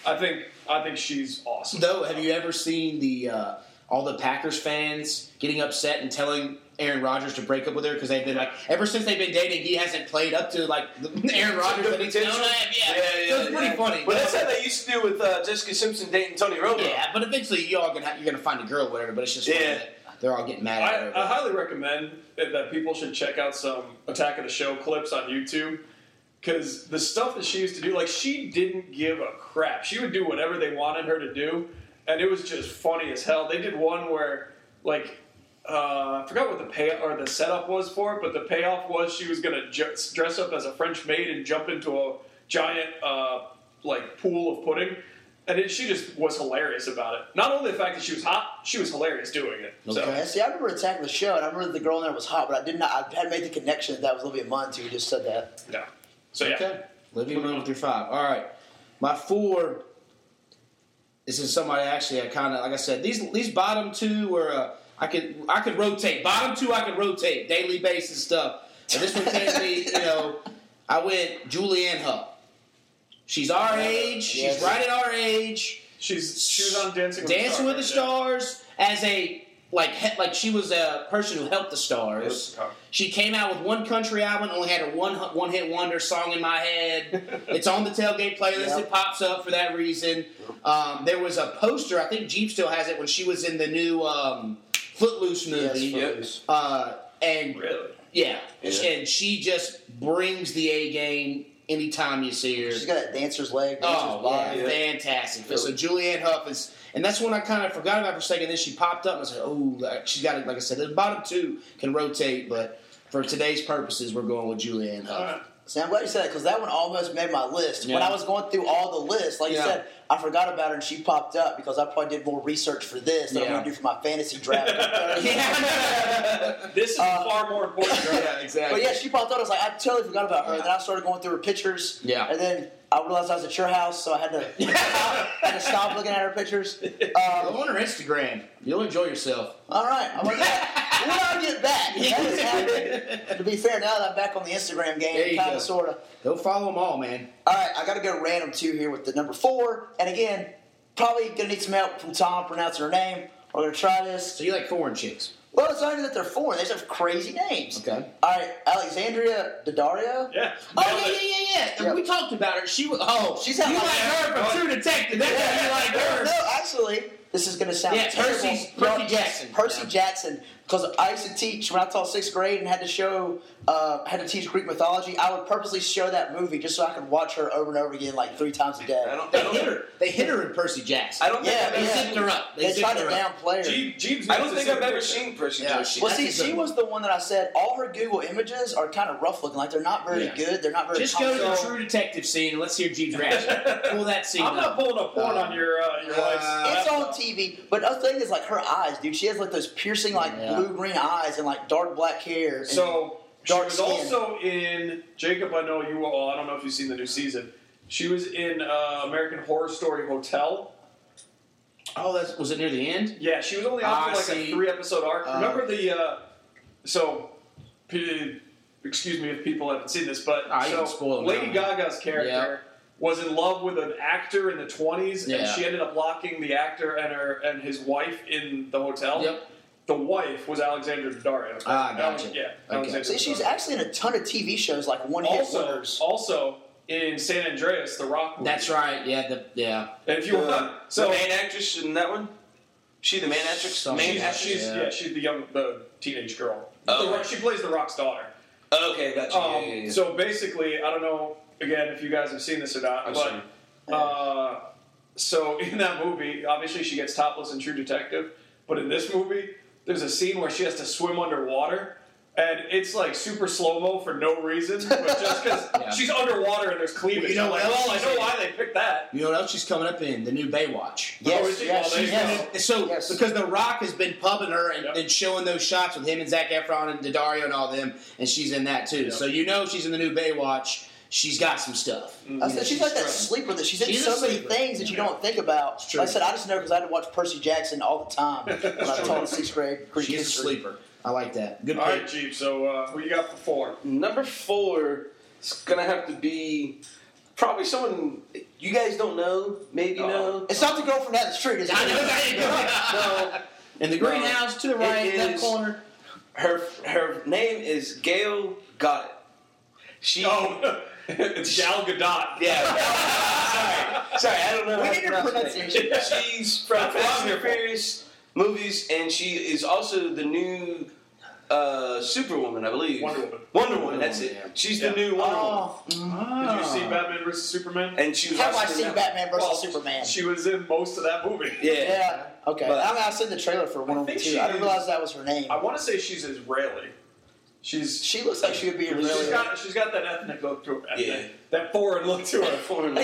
Speaker 1: I think I think she's awesome.
Speaker 2: Though, have you ever seen the uh, all the Packers fans getting upset and telling Aaron Rodgers to break up with her because they've been like, ever since they've been dating, he hasn't played up to like the, Aaron Rodgers.
Speaker 4: the
Speaker 2: that he's known
Speaker 4: potential.
Speaker 2: to have. Yeah,
Speaker 4: Yeah, yeah,
Speaker 2: so it's pretty
Speaker 4: yeah.
Speaker 2: funny.
Speaker 4: But that's how they used to do with uh, Jessica Simpson dating Tony Romo.
Speaker 2: yeah, but eventually you all gonna you're gonna find a girl, or whatever. But it's just funny
Speaker 4: Yeah.
Speaker 2: that they're all getting mad at
Speaker 1: I,
Speaker 2: her.
Speaker 1: I highly recommend that that people should check out some Attack of the Show clips on YouTube because the stuff that she used to do, like she didn't give a crap. She would do whatever they wanted her to do, and it was just funny as hell. They did one where, like, uh, I forgot what the pay or the setup was for it, but the payoff was she was gonna ju- dress up as a French maid and jump into a giant uh, like pool of pudding. And it, she just was hilarious about it. Not only the fact that she was hot, she was hilarious doing it. So.
Speaker 2: Okay.
Speaker 3: Yeah, see, I remember attacking the show, and I remember the girl in there was hot, but I did not. I had made the connection that, that was Olivia Munn who just said that.
Speaker 1: Yeah. So yeah.
Speaker 2: Okay. Living alone with your five. All right. My four. This is somebody actually I kind of like I said these these bottom two were uh, I could I could rotate bottom two I could rotate daily basis stuff. And this one came to me, you know. I went Julianne Hough. She's our age.
Speaker 3: Yes.
Speaker 2: She's right at our age.
Speaker 1: She's she was on Dancing with
Speaker 2: Dancing with
Speaker 1: the
Speaker 2: the
Speaker 1: Stars.
Speaker 2: Stars as a like he, like she was a person who helped the stars.
Speaker 1: Yep.
Speaker 2: She came out with one country album, only had a one one hit wonder song in my head. it's on the tailgate playlist.
Speaker 3: Yep.
Speaker 2: It pops up for that reason. Um, there was a poster. I think Jeep still has it when she was in the new um, Footloose movie.
Speaker 3: Yes,
Speaker 4: Yep.
Speaker 3: Footloose.
Speaker 2: uh, and
Speaker 1: Really?
Speaker 2: yeah.
Speaker 4: Yeah.
Speaker 2: and she just brings the A game anytime you see her.
Speaker 3: She's got that dancer's leg, dancer's
Speaker 2: Oh,
Speaker 3: body.
Speaker 2: yeah,
Speaker 4: yeah.
Speaker 2: fantastic! So Julianne Hough is, and that's when I kind of forgot about for a second. Then she popped up, and I was like, "Oh, like, she's got it." Like I said, the bottom two can rotate, but for today's purposes, we're going with Julianne Hough.
Speaker 1: All right.
Speaker 3: See, I'm glad you said that because that one almost made my list. When
Speaker 2: Yeah.
Speaker 3: I was going through all the lists, like
Speaker 2: Yeah.
Speaker 3: you said, I forgot about her and she popped up because I probably did more research for this than I'm
Speaker 2: Yeah.
Speaker 3: going to do for my fantasy draft.
Speaker 2: Yeah.
Speaker 1: This is
Speaker 3: Uh,
Speaker 1: far more important.
Speaker 2: yeah, exactly.
Speaker 3: But yeah, she popped up. I was like, I totally forgot about her. And then I started going through her pictures.
Speaker 2: Yeah.
Speaker 3: And then I realized I was at your house, so I had to had to stop looking at her pictures. Um,
Speaker 2: Go Uh, on her Instagram. You'll enjoy yourself.
Speaker 3: all right, I'm like, when I get back, that is happening. To be fair, now that I'm back on the Instagram
Speaker 2: There you
Speaker 3: game, kind
Speaker 2: go.
Speaker 3: of, sort of.
Speaker 2: Go follow them all, man.
Speaker 3: All right, I got to go random two here with the number four. And again, probably gonna need some help from Tom pronouncing her name. We're gonna try this.
Speaker 2: So you like foreign chicks?
Speaker 3: Well, it's not even that they're foreign; they just have crazy names.
Speaker 2: Okay.
Speaker 3: All right, Alexandria Daddario.
Speaker 1: Yeah.
Speaker 2: Oh
Speaker 1: Nailed it.
Speaker 2: yeah, yeah, yeah, yeah.
Speaker 3: Yeah.
Speaker 2: We talked about her. She was. Oh,
Speaker 3: She's
Speaker 2: you
Speaker 3: not
Speaker 2: like
Speaker 3: like
Speaker 2: her from True Detective. That's how you like her.
Speaker 3: No, actually, this is going to sound
Speaker 2: Yeah,
Speaker 3: terrible.
Speaker 2: Percy's-
Speaker 3: No,
Speaker 2: Percy
Speaker 3: yes,
Speaker 2: Jackson.
Speaker 3: Percy
Speaker 2: Yeah.
Speaker 3: Jackson. Because I used to teach when I taught sixth grade and had to show, uh, had to teach Greek mythology. I would purposely show that movie just so I could watch her over and over again, like three times a day.
Speaker 4: I don't. I
Speaker 2: They
Speaker 4: don't
Speaker 2: hit her. They hit her in Percy Jackson.
Speaker 4: I don't think
Speaker 3: Yeah,
Speaker 4: I've
Speaker 2: They
Speaker 4: ever
Speaker 3: yeah.
Speaker 2: zipped her up. They,
Speaker 3: They,
Speaker 2: zipped
Speaker 3: tried to
Speaker 2: her up.
Speaker 3: downplay her.
Speaker 1: Jeep, Jeep's
Speaker 4: I don't
Speaker 1: needs
Speaker 4: think
Speaker 1: to
Speaker 4: I've
Speaker 1: see a
Speaker 4: ever
Speaker 1: picture.
Speaker 4: seen Percy
Speaker 2: Yeah,
Speaker 4: Jackson.
Speaker 2: she-
Speaker 3: well,
Speaker 2: That's
Speaker 3: see,
Speaker 2: a good
Speaker 3: she
Speaker 2: one.
Speaker 3: was the one that I said all her Google images are kind of rough looking. Like they're not very
Speaker 2: Yeah.
Speaker 3: good. They're not very.
Speaker 2: Just go to the
Speaker 3: console.
Speaker 2: True Detective scene and let's hear Jeeves reaction. Pull that scene
Speaker 1: I'm not
Speaker 2: up.
Speaker 1: pulling a porn
Speaker 2: Uh,
Speaker 1: on your uh, your
Speaker 2: uh,
Speaker 1: wife's.
Speaker 3: It's
Speaker 1: laptop.
Speaker 3: on TV, but the thing is, like her eyes, dude. She has like those piercing, like
Speaker 2: Yeah.
Speaker 3: blue green eyes and like dark black hair. and-
Speaker 1: So she
Speaker 3: Dark
Speaker 1: was
Speaker 3: skin.
Speaker 1: also in Jacob. I know you all. I don't know if you've seen the new season. She was in uh, American Horror Story Hotel.
Speaker 2: Oh, that's, was it near the end?
Speaker 1: Yeah, she was only out
Speaker 2: Ah,
Speaker 1: for like
Speaker 2: see.
Speaker 1: a three episode arc.
Speaker 2: Uh,
Speaker 1: Remember the uh, so. P- excuse me if people haven't seen this, but
Speaker 2: Ah, you
Speaker 1: so
Speaker 2: can spoil it
Speaker 1: Lady
Speaker 2: now.
Speaker 1: Gaga's character
Speaker 2: Yeah.
Speaker 1: was in love with an actor in the twenties, and
Speaker 2: Yeah.
Speaker 1: she ended up locking the actor and her and his wife in the hotel.
Speaker 2: Yep.
Speaker 1: The wife was Alexandra Daddario.
Speaker 2: Ah,
Speaker 1: That was-
Speaker 2: gotcha.
Speaker 1: Yeah,
Speaker 2: Okay.
Speaker 1: Alexandra
Speaker 3: See, she's
Speaker 1: Daddario.
Speaker 3: actually in a ton of TV shows, like one hit
Speaker 1: also
Speaker 3: wonders.
Speaker 1: also in San Andreas, the Rock. Movie.
Speaker 2: That's right. Yeah. The, yeah.
Speaker 1: And if you want,
Speaker 4: so
Speaker 1: so
Speaker 4: Uh, the main actress in that one. She the main actress.
Speaker 2: Some-
Speaker 4: main
Speaker 1: she's,
Speaker 4: actress.
Speaker 1: she's-
Speaker 2: yeah.
Speaker 1: yeah. she's the young, the teenage girl.
Speaker 4: Oh.
Speaker 1: The Rock- she plays the Rock's daughter.
Speaker 4: okay, gotcha.
Speaker 1: Um,
Speaker 4: yeah, yeah, yeah.
Speaker 1: So basically, I don't know again if you guys have seen this or not,
Speaker 4: I've
Speaker 1: but
Speaker 4: seen it.
Speaker 1: Uh, so in that movie, obviously she gets topless in True Detective, but in this movie, there's a scene where she has to swim underwater. And it's like super slow mo for no reason, but just because
Speaker 2: Yeah.
Speaker 1: she's underwater and there's cleavage.
Speaker 2: you know
Speaker 1: I'm
Speaker 2: what
Speaker 1: like,
Speaker 2: else
Speaker 1: well, I
Speaker 2: she
Speaker 1: know
Speaker 2: did?
Speaker 1: why they picked that.
Speaker 2: You know what else she's coming up in? The new Baywatch.
Speaker 1: Oh,
Speaker 3: Yes,
Speaker 1: is it?
Speaker 3: yes,
Speaker 1: Well, there you
Speaker 3: yes.
Speaker 1: go.
Speaker 2: So
Speaker 3: Yes.
Speaker 2: because The Rock has been pubbing her and,
Speaker 1: Yep.
Speaker 2: and showing those shots with him and Zach Efron and Daddario and all them, and she's in that too.
Speaker 1: Yep.
Speaker 2: So you know she's in the new Baywatch. She's got some stuff.
Speaker 1: Mm.
Speaker 3: I said, she's like that
Speaker 2: struggling.
Speaker 3: sleeper that she's in
Speaker 2: She's a
Speaker 3: so many
Speaker 2: sleeper.
Speaker 3: things that you
Speaker 1: Yeah.
Speaker 3: don't think about.
Speaker 2: It's true.
Speaker 3: Like I said, I just know because I had to watch Percy Jackson all the time when I taught in sixth grade. Greek
Speaker 2: She's a
Speaker 3: history.
Speaker 2: sleeper. I like that. Good
Speaker 1: All right,
Speaker 2: pick.
Speaker 1: Jeep. So uh, who you got for four?
Speaker 4: Number four is gonna have to be probably someone you guys don't know. Maybe you
Speaker 1: Oh.
Speaker 4: know.
Speaker 3: It's not the girl from down the street, is it?
Speaker 2: I know that ain't good.
Speaker 4: No,
Speaker 2: In the greenhouse to the right,
Speaker 4: It
Speaker 2: left
Speaker 4: is-
Speaker 2: corner.
Speaker 4: her her name is Gail Got it. She.
Speaker 1: Oh, it's Gal Gadot.
Speaker 4: Yeah. sorry, sorry. I don't know.
Speaker 3: We
Speaker 4: how
Speaker 3: need
Speaker 4: to
Speaker 3: your
Speaker 4: pronounce her name.
Speaker 1: pronunciation.
Speaker 4: She's from Fast and
Speaker 1: wonderful.
Speaker 4: Furious movies, and she is also the new uh, Superwoman, I believe.
Speaker 1: Wonder Woman.
Speaker 4: Wonder Woman.
Speaker 2: Wonder
Speaker 4: that's
Speaker 2: Woman,
Speaker 4: it.
Speaker 2: yeah.
Speaker 4: She's
Speaker 1: Yeah.
Speaker 4: the new Wonder Woman,
Speaker 3: Oh,
Speaker 1: Did you
Speaker 2: Ah.
Speaker 1: see Batman versus Superman?
Speaker 4: and she was
Speaker 3: have I
Speaker 4: also in
Speaker 3: seen
Speaker 4: that-
Speaker 3: Batman versus
Speaker 1: Well,
Speaker 3: Superman?
Speaker 1: She was in most of that movie.
Speaker 4: Yeah.
Speaker 3: yeah, okay.
Speaker 4: But-
Speaker 3: I mean, I seen the trailer for one of them
Speaker 1: think
Speaker 3: too.
Speaker 1: she
Speaker 3: I didn't
Speaker 1: is-
Speaker 3: realize that was her name.
Speaker 1: I want to say she's Israeli. She's
Speaker 3: She looks like she would be
Speaker 4: She's
Speaker 1: She's
Speaker 3: really
Speaker 1: got she's got that ethnic look to her. ethnic-
Speaker 4: Yeah.
Speaker 1: That foreign look to her.
Speaker 4: Foreign-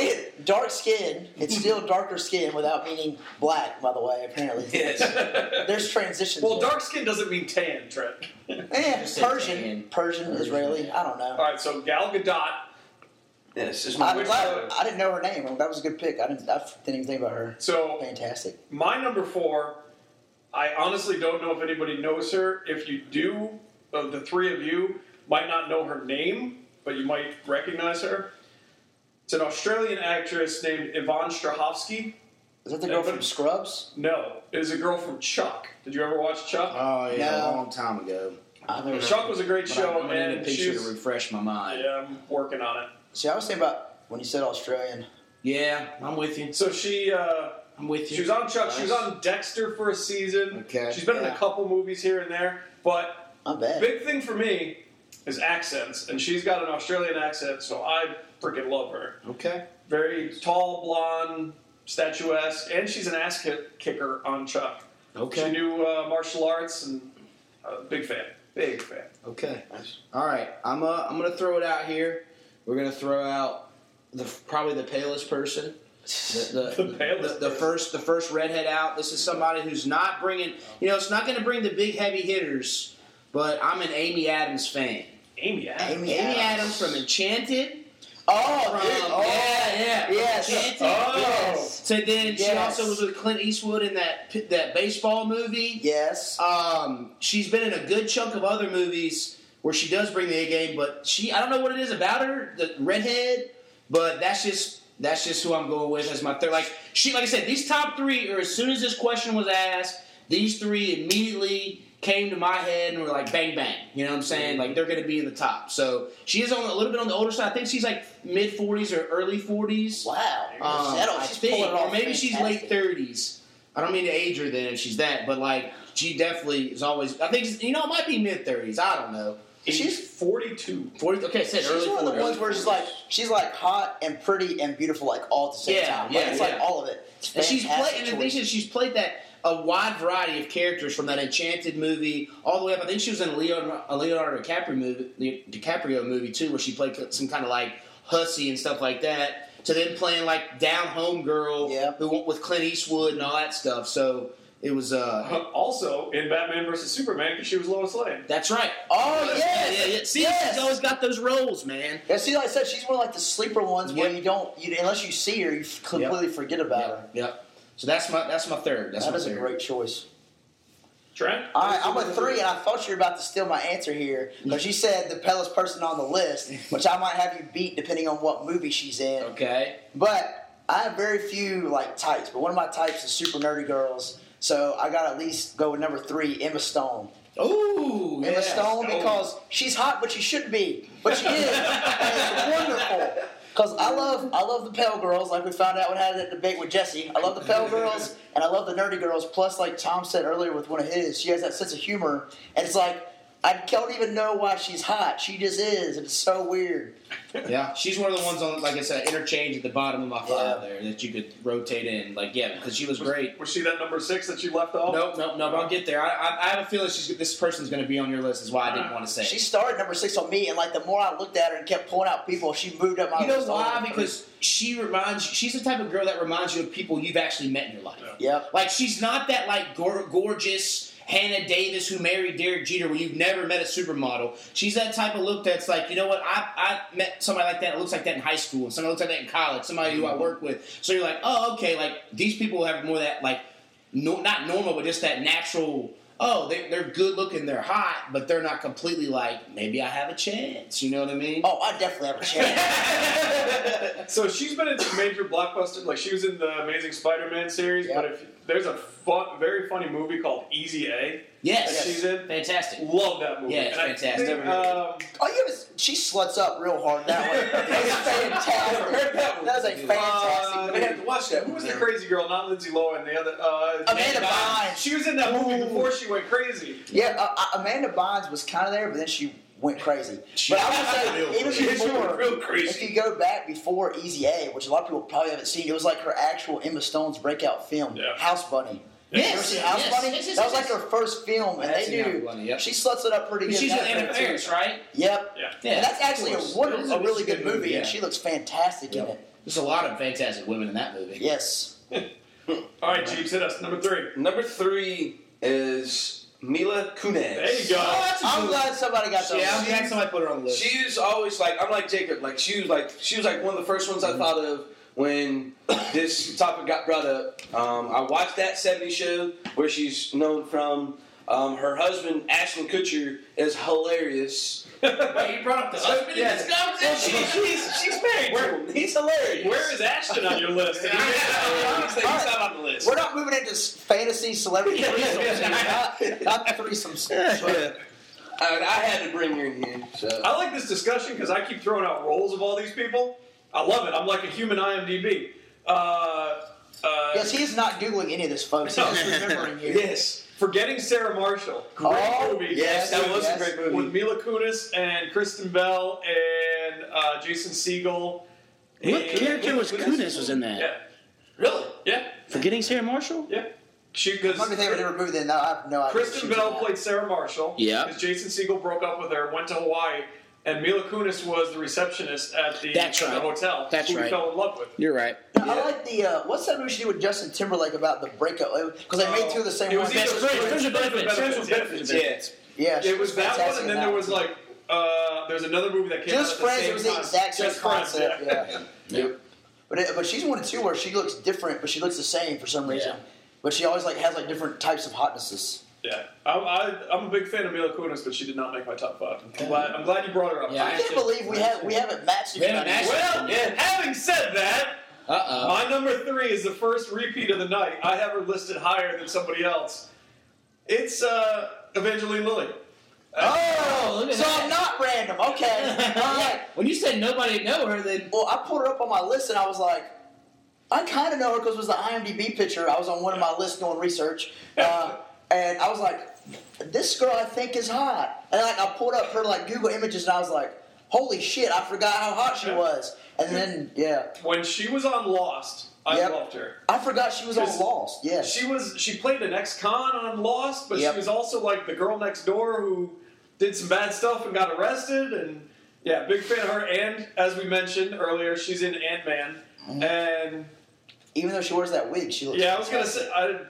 Speaker 3: dark skin. It's still darker skin without meaning black, by the way. Apparently,
Speaker 4: Yes.
Speaker 3: there's transitions.
Speaker 1: well,
Speaker 3: there.
Speaker 1: dark skin doesn't mean tan, Trent.
Speaker 3: Eh,
Speaker 2: Just say tan.
Speaker 3: Persian, Persian, Israeli. I don't
Speaker 1: All
Speaker 3: know.
Speaker 1: right, so Gal Gadot.
Speaker 4: Yes. It's my
Speaker 3: I'm glad I didn't know her name. That was a good pick. I didn't. I didn't even think about her.
Speaker 1: So
Speaker 3: Fantastic.
Speaker 1: my number four. I honestly don't know if anybody knows her. If you do, of the three of you might not know her name, but you might recognize her. It's an Australian actress named Yvonne Strahovski.
Speaker 3: Is that the girl from Scrubs?
Speaker 1: No, it is a girl from Chuck. Did you ever watch Chuck?
Speaker 2: Oh yeah,
Speaker 3: No.
Speaker 2: a long time ago.
Speaker 3: I don't know.
Speaker 1: Chuck was a great
Speaker 2: But
Speaker 1: show,
Speaker 2: I, I need a
Speaker 1: and
Speaker 2: picture to
Speaker 1: she's
Speaker 2: refresh my mind.
Speaker 1: yeah, I'm working on it.
Speaker 3: See, I was thinking about when you said Australian.
Speaker 2: Yeah, I'm with you.
Speaker 1: So she uh,
Speaker 2: I'm with you.
Speaker 1: she was on Chuck. She was
Speaker 2: Nice.
Speaker 1: on Dexter for a season.
Speaker 2: Okay.
Speaker 1: She's been in
Speaker 3: Yeah.
Speaker 1: a couple movies here and there. But
Speaker 3: I bet.
Speaker 1: big thing for me is accents, and she's got an Australian accent, so I freaking love her.
Speaker 2: Okay.
Speaker 1: Very tall, blonde, statuesque, and she's an ass kick- kicker on Chuck. She
Speaker 2: Okay.
Speaker 1: knew uh, martial arts, and uh, big fan, big fan.
Speaker 2: Okay.
Speaker 3: Nice.
Speaker 2: All right. I'm uh, I'm gonna throw it out here. We're gonna throw out the probably the palest person. The, the,
Speaker 1: The palest
Speaker 2: the, the
Speaker 1: person.
Speaker 2: first the first redhead out. This is somebody who's not bringing. You know, it's not going to bring the big heavy hitters. But I'm an Amy Adams fan.
Speaker 1: Amy Adams.
Speaker 3: Amy
Speaker 2: Amy Adams
Speaker 3: Adams.
Speaker 2: from Enchanted.
Speaker 3: Oh,
Speaker 2: From,
Speaker 3: dude. Oh,
Speaker 2: yeah, yeah.
Speaker 3: Yes.
Speaker 2: Enchanted.
Speaker 1: Oh.
Speaker 3: Yes.
Speaker 2: So then she
Speaker 3: Yes.
Speaker 2: also was with Clint Eastwood in that that baseball movie.
Speaker 3: Yes.
Speaker 2: Um, she's been in a good chunk of other movies where she does bring the A game, but she I don't know what it is about her, the redhead, but that's just that's just who I'm going with as my third. Like she, like I said, these top three, or as soon as this question was asked, these three immediately came to my head and were like bang bang. You know what I'm saying? Like they're going to be in the top. So she is on a little bit on the older side. I think she's like mid 40s or early 40s.
Speaker 3: Wow.
Speaker 2: Um,
Speaker 3: That'll-
Speaker 2: I
Speaker 3: she's
Speaker 2: think,
Speaker 3: pulling it off
Speaker 2: or maybe she's late
Speaker 3: fantastic.
Speaker 2: thirties. I don't mean to age her then if she's that, but like she definitely is always. I think you know it might be mid thirties. I don't know.
Speaker 1: She's
Speaker 3: She's-
Speaker 1: 42.
Speaker 2: Forty. Okay, I said
Speaker 3: She's
Speaker 2: early
Speaker 3: one of the ones
Speaker 2: forties.
Speaker 3: where she's like she's like hot and pretty and beautiful like all at the same
Speaker 2: Yeah,
Speaker 3: time. Like,
Speaker 2: yeah,
Speaker 3: it's like
Speaker 2: yeah.
Speaker 3: all of it. It's
Speaker 2: And she's played.
Speaker 3: fantastic
Speaker 2: And the thing
Speaker 3: choice.
Speaker 2: is, she's played that a wide variety of characters from that Enchanted movie all the way up. I think she was in a Leonardo, a Leonardo DiCaprio movie, DiCaprio movie too, where she played some kind of like hussy and stuff like that. To then playing like down home girl,
Speaker 3: Yeah.
Speaker 2: who went with Clint Eastwood and all that stuff. So it was. uh
Speaker 1: Also in Batman versus Superman, because she was Lois Lane.
Speaker 2: That's right.
Speaker 3: Oh yes.
Speaker 2: Yeah, yeah, yeah. See,
Speaker 3: yes.
Speaker 2: she's always got those roles, man.
Speaker 3: Yeah, see, like I said, she's one of like the sleeper ones where
Speaker 2: Yep.
Speaker 3: you don't, you, unless you see her, you f- completely forget about her.
Speaker 2: Yep. Uh, yep. So that's my that's my third. That's
Speaker 3: That
Speaker 2: my
Speaker 3: is a
Speaker 2: third.
Speaker 3: great choice.
Speaker 1: Trent.
Speaker 3: All right, I'm a three, and I thought you were about to steal my answer here because you said the palest person on the list, which I might have you beat depending on what movie she's in.
Speaker 2: Okay.
Speaker 3: But I have very few like types, but one of my types is super nerdy girls. So I gotta at least go with number three, Emma Stone.
Speaker 2: Ooh,
Speaker 3: Emma
Speaker 2: yeah.
Speaker 3: Stone because she's hot, but she shouldn't be, but she is, and it's wonderful. Because I love I love the pale girls, like we found out when I had that debate with Jesse. I love the pale girls and I love the nerdy girls. Plus, like Tom said earlier with one of his, she has that sense of humor, and it's like I don't even know why she's hot. She just is, and it's so weird.
Speaker 2: Yeah, she's one of the ones on, like I said, interchange at the bottom of my file there that you could rotate in. Like, yeah, because she was great.
Speaker 1: Was she that number six that you left off?
Speaker 2: Nope, nope, nope. I'll get there. I, I, I have a feeling she's, this person's going to be on your list. Is why I didn't want to say. it.
Speaker 3: She started number six on me, and like the more I looked at her and kept pulling out people, she moved up. My
Speaker 2: You know
Speaker 3: list
Speaker 2: why?
Speaker 3: all the way.
Speaker 2: Because she reminds. She's the type of girl that reminds you of people you've actually met in your life.
Speaker 3: yep,
Speaker 2: Like she's not that like gor- gorgeous Hannah Davis who married Derek Jeter, where you've never met a supermodel. She's that type of look that's like, you know what? I I met somebody like that. that looks like that in high school. Somebody looks like that in college. Somebody
Speaker 3: Mm-hmm.
Speaker 2: who I work with. So you're like, oh, okay. Like these people have more that like, no, not normal, but just that natural. Oh, they, they're good looking. They're hot, but they're not completely like. Maybe I have a chance. You know what I mean?
Speaker 3: oh, I definitely have a chance.
Speaker 1: So she's been in some major blockbusters. Like she was in the Amazing Spider-Man series.
Speaker 3: Yeah.
Speaker 1: But if there's a fun, very funny movie called Easy A that
Speaker 2: yes,
Speaker 1: she's in.
Speaker 2: fantastic.
Speaker 1: Love that movie.
Speaker 2: Yeah, it's
Speaker 1: And I
Speaker 2: fantastic.
Speaker 1: think, um,
Speaker 3: Oh, you was, she sluts up real hard that way. That's fantastic. That
Speaker 4: That
Speaker 3: was a fantastic.
Speaker 1: Uh,
Speaker 4: I have to watch that.
Speaker 1: who was the crazy girl? Not Lindsay Lohan. The other uh,
Speaker 3: Amanda Bynes.
Speaker 1: She was in that movie before she went crazy.
Speaker 3: yeah, uh, uh, Amanda Bynes was kind of there, but then she went crazy.
Speaker 2: She-
Speaker 3: But I
Speaker 2: Real
Speaker 3: would say
Speaker 2: crazy.
Speaker 3: even before,
Speaker 4: Real crazy.
Speaker 3: if you go back before Easy A, which a lot of people probably haven't seen, it was like her actual Emma Stone's breakout film,
Speaker 1: Yeah.
Speaker 3: House Bunny. You ever
Speaker 2: Yes,
Speaker 3: seen House
Speaker 2: yes,
Speaker 3: Bunny?
Speaker 2: yes, yes,
Speaker 3: that was
Speaker 2: yes.
Speaker 3: like her first film, and
Speaker 2: I've
Speaker 3: they
Speaker 2: seen House
Speaker 3: do.
Speaker 2: Bunny, yep.
Speaker 3: She sluts it up pretty good.
Speaker 2: She's
Speaker 3: in
Speaker 2: with
Speaker 3: that
Speaker 2: Anna
Speaker 3: film, too.
Speaker 2: Faris, right?
Speaker 3: Yep.
Speaker 1: Yeah.
Speaker 2: Yeah,
Speaker 3: and that's
Speaker 2: of
Speaker 3: actually a,
Speaker 2: course.
Speaker 3: wonder-
Speaker 2: It is
Speaker 3: a really good, movie,
Speaker 2: yeah.
Speaker 3: and she looks fantastic in it.
Speaker 2: There's a lot of fantastic women in that movie.
Speaker 3: Yes.
Speaker 1: All right, Jeeves, hit us number three.
Speaker 4: Number three is Mila Kunis.
Speaker 1: There you go.
Speaker 2: Oh,
Speaker 3: I'm glad somebody got those.
Speaker 2: Yeah, I'm glad somebody put her on the list.
Speaker 4: She was always like I'm like Jacob. Like she was like she was like one of the first ones I thought of when this topic got brought up. Um, I watched that '70s show where she's known from. Um, her husband Ashton Kutcher is hilarious.
Speaker 2: Wait, you brought up the husband
Speaker 4: yeah.
Speaker 2: in this conversation?
Speaker 4: she's she's married. to him. he's hilarious.
Speaker 1: Where is Ashton on your list?
Speaker 4: Yeah, honestly, he's not on the list.
Speaker 3: We're not moving into s- fantasy celebrity threesomes. here. not, not threesomes.
Speaker 4: Yeah. I, I had to bring her in here. So.
Speaker 1: I like this discussion because I keep throwing out roles of all these people. I love it. I'm like a human IMDb. Uh, uh,
Speaker 3: Yes, he is not googling any of this, folks. He's just remembering you.
Speaker 4: Yes,
Speaker 1: Forgetting Sarah Marshall. Great
Speaker 3: Oh,
Speaker 1: movie.
Speaker 4: yes, that was
Speaker 3: yes.
Speaker 4: a great
Speaker 1: With
Speaker 4: movie.
Speaker 1: Mila Kunis and Kristen Bell and uh, Jason Segel.
Speaker 5: What
Speaker 1: and-
Speaker 5: character was Kunis was in that?
Speaker 1: Yeah,
Speaker 4: Really?
Speaker 1: yeah,
Speaker 5: Forgetting Sarah Marshall?
Speaker 1: yeah. She
Speaker 3: I'm trying to
Speaker 1: because
Speaker 3: think of every movie that now I have no idea.
Speaker 1: Kristen
Speaker 3: she's in
Speaker 1: Bell
Speaker 3: that.
Speaker 1: played Sarah Marshall.
Speaker 5: Yeah.
Speaker 1: Because Jason Segel broke up with her, went to Hawaii, and Mila Kunis was the receptionist at the,
Speaker 5: That's
Speaker 1: at the
Speaker 5: right.
Speaker 1: hotel.
Speaker 5: That's
Speaker 1: who we
Speaker 5: right.
Speaker 1: fell in love with.
Speaker 5: You're right.
Speaker 3: I like the uh, what's that movie she did with Justin Timberlake about the breakup? Because they made two of the same
Speaker 1: It was
Speaker 3: ones.
Speaker 1: either
Speaker 5: Best friends, friends with benefits.
Speaker 1: Friends with benefits. Yeah.
Speaker 4: Yeah.
Speaker 3: yeah, she
Speaker 1: It was that one,
Speaker 3: fantastic
Speaker 1: and
Speaker 3: in
Speaker 1: then there was like uh, there's another movie that came
Speaker 3: just
Speaker 1: out. at
Speaker 3: Friends.
Speaker 1: the same
Speaker 3: It was the
Speaker 1: time.
Speaker 3: exact same
Speaker 1: Just Friends,
Speaker 3: concept.
Speaker 1: yeah.
Speaker 3: yeah. But it, but she's one too where she looks different, but she looks the same for some reason.
Speaker 5: Yeah.
Speaker 3: But she always like has like different types of hotnesses.
Speaker 1: Yeah, I'm, I, I'm a big fan of Mila Kunis, but she did not make my top five. I'm glad, I'm glad you brought her up.
Speaker 2: Yeah.
Speaker 3: I can't believe we have we haven't matched.
Speaker 2: We haven't
Speaker 3: anybody.
Speaker 1: Well,
Speaker 2: matched-
Speaker 1: having said that,
Speaker 3: Uh-huh.
Speaker 2: Uh
Speaker 1: my number three is the first repeat of the night. I have her listed higher than somebody else. It's uh, Evangeline Lilly.
Speaker 2: Oh, look at
Speaker 3: So I'm
Speaker 2: that.
Speaker 3: not random. Okay. All right.
Speaker 2: When you said nobody know her, then
Speaker 3: Well, I pulled her up on my list and I was like, I kind of know her because it was the IMDb picture. I was on one of my lists doing research. Uh, and I was like, this girl I think is hot. And like I pulled up her like Google images and I was like, holy shit, I forgot how hot she was. And then, yeah.
Speaker 1: When she was on Lost, I
Speaker 3: Yep.
Speaker 1: loved her.
Speaker 3: I forgot she was on
Speaker 1: Just-
Speaker 3: Lost. Yes.
Speaker 1: She was she played an ex-con on Lost, but
Speaker 3: Yep.
Speaker 1: she was also like the girl next door who did some bad stuff and got arrested. And yeah, big fan of her. And as we mentioned earlier, she's in Ant Man.
Speaker 3: Mm-hmm.
Speaker 1: And
Speaker 3: Even though she wears that wig, she looks
Speaker 1: yeah, I was gonna say I,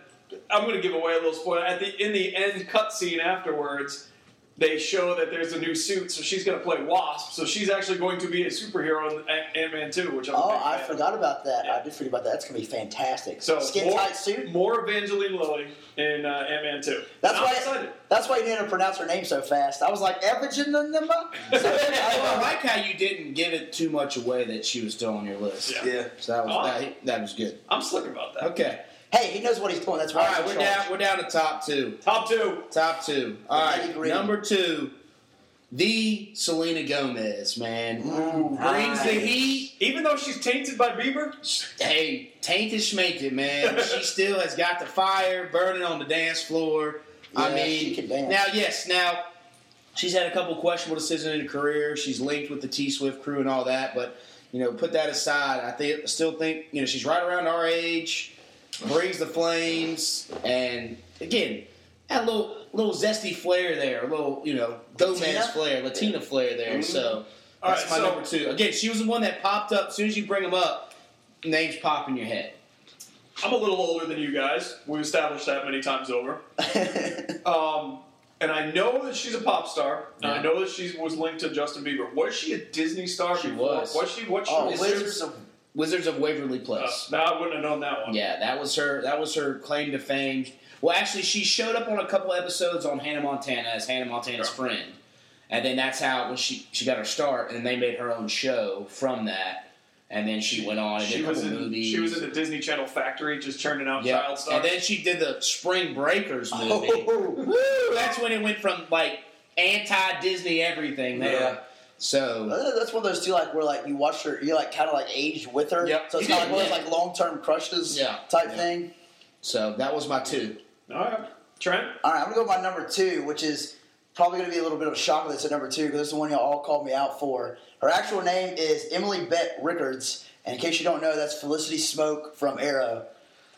Speaker 1: I'm gonna give away a little spoiler at the in the end cutscene afterwards. They show that there's a new suit, so she's going to play Wasp. So she's actually going to be a superhero in Ant Man 2, which I'm a
Speaker 3: Oh,
Speaker 1: big
Speaker 3: I
Speaker 1: fan of.
Speaker 3: forgot about that.
Speaker 1: Yeah.
Speaker 3: I did forget about that. That's gonna be fantastic.
Speaker 1: So
Speaker 3: skin
Speaker 1: more,
Speaker 3: tight suit.
Speaker 1: more Evangeline Lilly in uh, Ant Man 2.
Speaker 3: That's
Speaker 1: I'm
Speaker 3: why.
Speaker 1: excited.
Speaker 3: That's why you didn't pronounce her name so fast. I was like, Evagen the number. So,
Speaker 2: Oh, I
Speaker 3: I
Speaker 2: like how you didn't give it too much away that she was still on your list.
Speaker 1: Yeah.
Speaker 4: Yeah.
Speaker 2: So that was
Speaker 1: Oh.
Speaker 2: that, that was good.
Speaker 1: I'm slick about that.
Speaker 2: Okay.
Speaker 3: don't- hey, he knows what he's doing. That's why.
Speaker 2: All
Speaker 3: he's
Speaker 2: right,
Speaker 3: in
Speaker 2: we're
Speaker 3: charge.
Speaker 2: down. We're down to top two.
Speaker 1: Top two.
Speaker 2: Top two. All
Speaker 3: Nitty
Speaker 2: right,
Speaker 3: gritty.
Speaker 2: number two. the Selena Gomez, man, brings the
Speaker 3: nice.
Speaker 2: heat.
Speaker 1: Even though she's tainted by Bieber,
Speaker 2: Hey, taint is schmainted, man. she still has got the fire burning on the dance floor. I
Speaker 3: Yeah,
Speaker 2: mean,
Speaker 3: she can dance.
Speaker 2: now yes, now she's had a couple questionable decisions in her career. She's linked with the T Swift crew and all that, but you know, put that aside. I think, still think you know she's right around our age, brings the flames, and again, that little little zesty flair there, a little you know Gomez
Speaker 3: Latina? Mm-hmm.
Speaker 2: flair, Latina flair there. So.
Speaker 1: All
Speaker 2: That's
Speaker 1: right,
Speaker 2: my
Speaker 1: so-
Speaker 2: number two. Again, she was the one that popped up. As soon as you bring them up, names pop in your head.
Speaker 1: I'm a little older than you guys. We've established that many times over. Um, and I know that she's a pop star. And I
Speaker 2: Yeah.
Speaker 1: know that she was linked to Justin Bieber. Was she a Disney star
Speaker 2: She
Speaker 1: before?
Speaker 2: was.
Speaker 1: Was she? What she
Speaker 3: Oh,
Speaker 1: was?
Speaker 3: Wizards of
Speaker 2: Wizards of Waverly
Speaker 1: Uh,
Speaker 2: Place.
Speaker 1: no, I wouldn't have known that one.
Speaker 2: Yeah, that was her. That was her claim to fame. Well, actually, she showed up on a couple episodes on Hannah Montana as Hannah Montana's friend, and then that's how when she she got her start, and they made her own show from that, and then she went on and
Speaker 1: She
Speaker 2: did a
Speaker 1: was
Speaker 2: couple
Speaker 1: in.
Speaker 2: movies.
Speaker 1: She was in the Disney Channel factory, just churning out
Speaker 2: yeah,
Speaker 1: child stars.
Speaker 2: and then she did the Spring Breakers movie.
Speaker 3: Oh,
Speaker 2: Woo! That's when it went from like anti Disney everything there.
Speaker 4: Yeah.
Speaker 2: So
Speaker 3: I think that's one of those two, like where like you watch her, you like kind of like aged with her.
Speaker 2: Yep.
Speaker 3: So it's not like one of those like long term crushes
Speaker 2: Yeah.
Speaker 3: type
Speaker 2: Yeah.
Speaker 3: thing.
Speaker 2: So that was my two.
Speaker 1: All right, Trent.
Speaker 3: All right, I'm gonna go with my number two, which is probably gonna be a little bit of a shocker. That's at number two because it's the one y'all all called me out for. Her actual name is Emily Bett Rickards, and in case you don't know, that's Felicity Smoke from Arrow.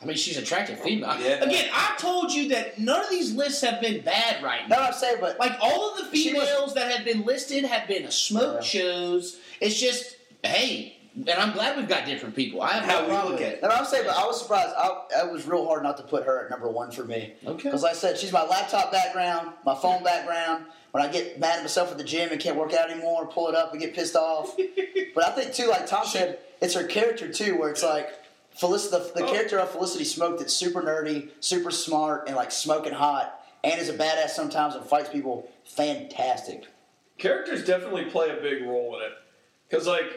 Speaker 2: I mean, she's attractive female.
Speaker 4: Yeah.
Speaker 2: Again, I told you that none of these lists have been bad right
Speaker 3: No,
Speaker 2: now.
Speaker 3: I'm saying, but
Speaker 2: Like all of the
Speaker 3: She was-
Speaker 2: females that have been listed have been smoke
Speaker 3: Yeah.
Speaker 2: shows. It's just hey, and I'm glad we've got different people. I have
Speaker 4: How
Speaker 2: no
Speaker 4: we
Speaker 2: problem
Speaker 4: look
Speaker 2: with
Speaker 4: at
Speaker 2: it.
Speaker 3: no, no, I'm saying, but I was surprised. I, it was real hard not to put her at number one for me.
Speaker 2: Okay.
Speaker 3: Because like I said, she's my laptop background, my phone background. When I get mad at myself at the gym and can't work out anymore, pull it up and get pissed off. but I think too, like Tom said, it's her character too, where it's like Felicity, the, the
Speaker 1: Oh.
Speaker 3: character of Felicity Smoke that's super nerdy, super smart, and like smoking hot, and is a badass sometimes and fights people. Fantastic.
Speaker 1: characters definitely play a big role in it because like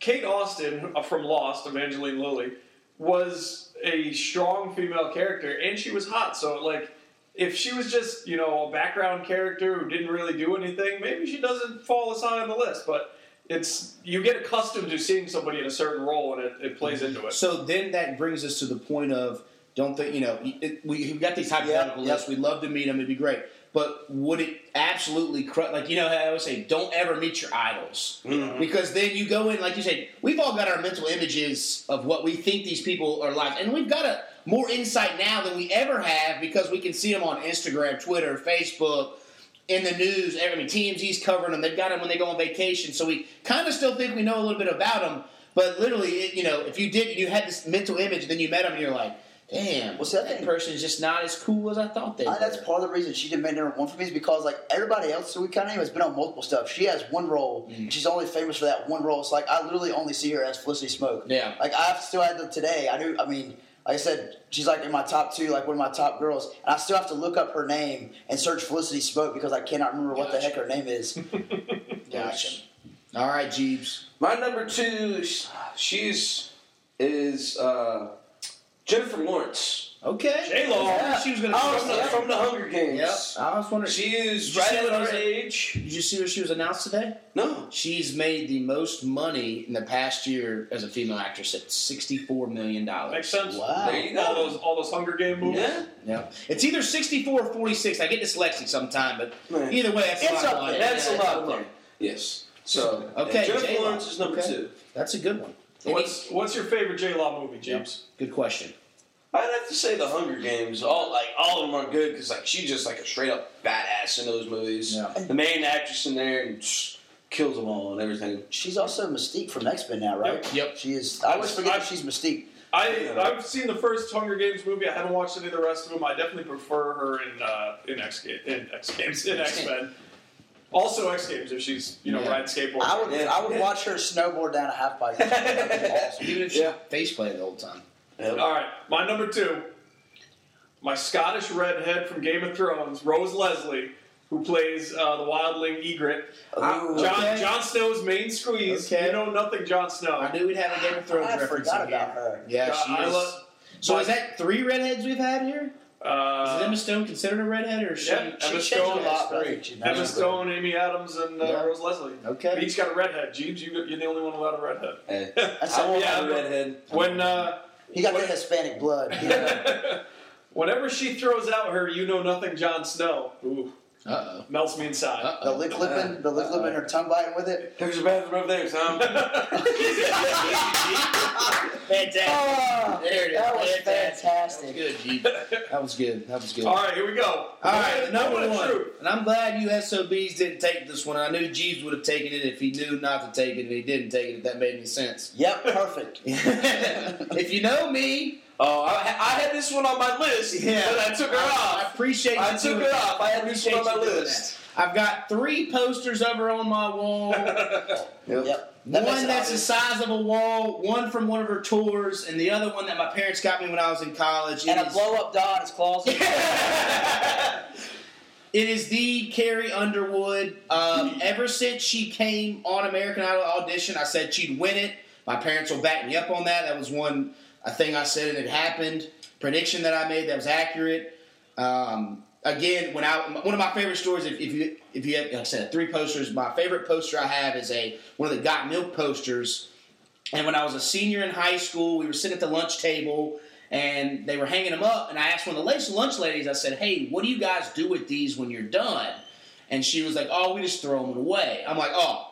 Speaker 1: kate austin from lost evangeline lilly was a strong female character and she was hot so like if she was just you know a background character who didn't really do anything maybe she doesn't fall as high on the list but it's you get accustomed to seeing somebody in a certain role and it, it plays into it
Speaker 2: So then that brings us to the point of don't think you know it, we we've got these hypothetical
Speaker 3: Yeah, yeah.
Speaker 2: lists. We'd love to meet them. It'd be great. But would it absolutely cru- like you know how I always say don't ever meet your idols
Speaker 3: Mm-hmm.
Speaker 2: because then you go in like you said we've all got our mental images of what we think these people are like and we've got a more insight now than we ever have because we can see them on Instagram, Twitter, Facebook, in the news. I mean, TMZ's covering them. They've got them when they go on vacation. So we kind of still think we know a little bit about them. But literally, it, you know, if you did, you had this mental image, then you met them, and you're like, damn,
Speaker 3: Well,
Speaker 2: well,
Speaker 3: see, I
Speaker 2: that
Speaker 3: think-
Speaker 2: person's just not as cool as I thought they
Speaker 3: I,
Speaker 2: were.
Speaker 3: Uh, Oh, that's part of the reason she didn't make number one for me is because like everybody else that we kind of name has been on multiple stuff. She has one role.
Speaker 2: Mm.
Speaker 3: She's only famous for that one role. It's like I literally only see her as Felicity Smoke.
Speaker 2: Yeah.
Speaker 3: Like I've still had them today. I do. I mean, like I said, she's like in my top two, like one of my top girls, and I still have to look up her name and search Felicity Smoke because I cannot remember what the
Speaker 2: Gotcha.
Speaker 3: heck her name is.
Speaker 2: Gotcha. All right, Jeeves.
Speaker 4: My number two, sh- she's is uh, Jennifer Lawrence
Speaker 2: Okay.
Speaker 1: J-Lo.
Speaker 2: I thought She was gonna.
Speaker 4: from the, from the Hunger Games.
Speaker 2: Yep. I was wondering.
Speaker 4: She is
Speaker 2: Did you
Speaker 4: right
Speaker 2: see
Speaker 4: at
Speaker 2: what I
Speaker 4: our
Speaker 2: was-
Speaker 4: age.
Speaker 2: did you see what she was announced today?
Speaker 4: No,
Speaker 2: She's made the most money in the past year as a female actress at sixty-four million dollars.
Speaker 1: makes sense
Speaker 3: Wow.
Speaker 4: There you
Speaker 1: all
Speaker 4: go.
Speaker 1: those all those hunger game movies
Speaker 4: yeah,
Speaker 2: Yeah, it's either sixty-four or forty-six. I get dyslexic sometime, but
Speaker 4: Man.
Speaker 2: either way, that's
Speaker 3: It's
Speaker 2: a lot.
Speaker 3: up
Speaker 2: of money.
Speaker 3: there.
Speaker 4: that's a
Speaker 2: Yeah,
Speaker 4: lot
Speaker 2: it's
Speaker 4: of
Speaker 2: up
Speaker 4: fun.
Speaker 2: there.
Speaker 4: Yes. So
Speaker 2: Okay,
Speaker 4: Jennifer
Speaker 2: J-Lo.
Speaker 4: Lawrence is number
Speaker 2: Okay.
Speaker 4: two.
Speaker 2: That's a good one.
Speaker 1: what's what's your favorite j-law movie james
Speaker 2: Good question.
Speaker 4: I'd have to say the Hunger Games. All like all of them are good because like she's just like a straight up badass in those movies.
Speaker 2: Yeah.
Speaker 4: The main actress in there and psh, kills them all and everything.
Speaker 3: She's also Mystique from X Men now, right?
Speaker 2: Yep. Yep.
Speaker 3: She is. I always forget
Speaker 1: I-
Speaker 3: that she's Mystique.
Speaker 1: I I've seen the first Hunger Games movie. I haven't watched any of the rest of them. I definitely prefer her in uh, in X Ga- in X Games in X Men. Also X Games if she's you know
Speaker 2: Yeah.
Speaker 1: riding skateboard.
Speaker 3: I would.
Speaker 4: Yeah.
Speaker 3: I would watch her snowboard down a half pipe. That'd be awesome.
Speaker 2: Even if
Speaker 4: Yeah.
Speaker 2: she face played the whole time.
Speaker 1: All right, my number two, my Scottish redhead from Game of Thrones, Rose Leslie, who plays uh, the wildling Egret.
Speaker 3: Ooh.
Speaker 1: John
Speaker 2: Okay.
Speaker 1: John Snow's main squeeze.
Speaker 2: Okay.
Speaker 1: You know nothing, John Snow.
Speaker 2: I knew we'd have a Game of Thrones
Speaker 3: I
Speaker 2: reference
Speaker 3: forgot
Speaker 2: in here.
Speaker 3: about her.
Speaker 2: Yeah,
Speaker 1: God,
Speaker 2: she
Speaker 1: I
Speaker 2: is.
Speaker 1: love-
Speaker 2: so is that three redheads we've had here?
Speaker 1: Uh,
Speaker 2: Is Emma Stone considered a redhead, or is she?
Speaker 1: Yeah,
Speaker 2: she
Speaker 1: Emma
Speaker 2: changed
Speaker 1: Stone
Speaker 2: her
Speaker 1: a lot,
Speaker 2: stuff.
Speaker 3: right?
Speaker 2: She-
Speaker 1: Emma Stone, Amy Adams, and uh,
Speaker 2: Yeah.
Speaker 1: Rose Leslie.
Speaker 2: Okay.
Speaker 1: We each got a redhead. Jeeves, you, you're the only one without a redhead.
Speaker 4: Hey,
Speaker 3: That's
Speaker 4: I won't
Speaker 1: yeah,
Speaker 4: have a
Speaker 1: but-
Speaker 4: redhead.
Speaker 1: When uh,
Speaker 3: He got the Hispanic blood. you know?
Speaker 1: whenever she throws out her "you know nothing, Jon Snow," ooh,
Speaker 2: Uh-oh.
Speaker 1: melts me inside.
Speaker 2: Uh-oh.
Speaker 3: the lip clipping, the lip clipping, her tongue biting with it.
Speaker 4: There's a bathroom over there, Tom.
Speaker 2: Fantastic.
Speaker 3: Ah,
Speaker 2: Oh, There it is.
Speaker 3: That was
Speaker 2: Fantastic.
Speaker 3: fantastic.
Speaker 2: Good, G. That was good. That was good.
Speaker 1: All right, here we go.
Speaker 2: All right, number
Speaker 1: Moment of
Speaker 2: one.
Speaker 1: truth.
Speaker 2: And I'm glad you SOBs didn't take this one. I knew Jeeves would have taken it if he knew not to take it, and he didn't take it, if that made any sense.
Speaker 3: Yep, perfect.
Speaker 2: if you know me,
Speaker 4: Oh, I, ha- I had this one on my list,
Speaker 2: Yeah.
Speaker 4: but I took her
Speaker 2: I, I
Speaker 4: off.
Speaker 2: appreciate you
Speaker 4: I took
Speaker 2: doing
Speaker 4: her
Speaker 2: that.
Speaker 4: off. I had this one on my
Speaker 2: Appreciate you doing
Speaker 4: list.
Speaker 2: that. I've got three posters of her on my wall.
Speaker 3: Yep. That makes
Speaker 2: one
Speaker 3: it
Speaker 2: that's the
Speaker 3: obvious.
Speaker 2: size of a wall, one from one of her tours, and the other one that my parents got me when I was in college. It
Speaker 3: and a
Speaker 2: is-
Speaker 3: blow up doll in his closet.
Speaker 2: It is the Carrie Underwood. Um, ever since she came on American Idol audition, I said she'd win it. My parents will back me up on that. That was one a thing I said and it happened. Prediction that I made that was accurate. Um, again, when I one of my favorite stories. If, if you if you have, like I said, three posters. My favorite poster I have is a one of the Got Milk posters. And when I was a senior in high school, we were sitting at the lunch table and they were hanging them up. And I asked one of the la- lunch ladies, I said, Hey, what do you guys do with these when you're done? And she was like, Oh, we just throw them away. I'm like, Oh,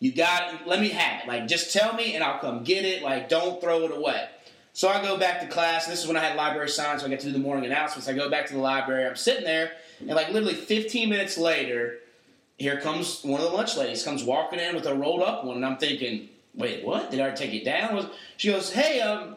Speaker 2: you got it. Let me have it. Like, just tell me and I'll come get it. Like, don't throw it away. So I go back to class. And this is when I had library science. So I got to do the morning announcements. I go back to the library. I'm sitting there. And like, literally 15 minutes later, here comes one of the lunch ladies comes walking in with a rolled up one, and I'm thinking, wait, what? Did I take it down? Was she goes, hey, um,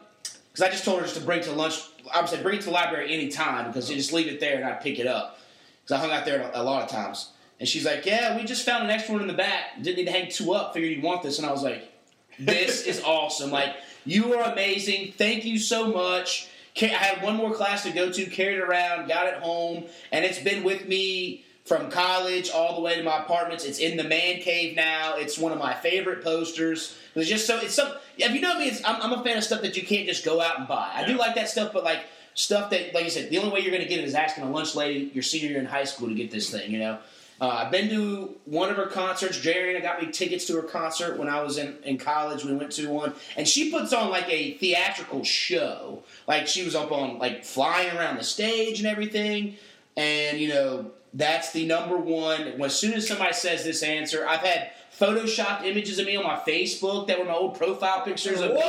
Speaker 2: because I just told her just to bring it to lunch. I said bring it to the library anytime because you just leave it there and I pick it up because I hung out there a lot of times. And she's like, yeah, we just found an extra one in the back. Didn't need to hang two up. Figured you'd want this, and I was like, this is awesome. Like you are amazing. Thank you so much. Ca- I had one more class to go to, carried it around, got it home, and it's been with me from college all the way to my apartments. It's in the man cave now. It's one of my favorite posters. It's just so it's some. If you know me, it's, I'm, I'm a fan of stuff that you can't just go out and buy. I do like that stuff, but like stuff that, like you said, the only way you're going to get it is asking a lunch lady your senior year in high school to get this thing. You know. Uh, I've been to one of her concerts. Jerriana got me tickets to her concert when I was in, in college. We went to one, and she puts on like a theatrical show. Like she was up on like flying around the stage and everything. And you know that's the number one. When- As soon as somebody says this answer, I've had photoshopped images of me on my Facebook that were my old profile pictures of me.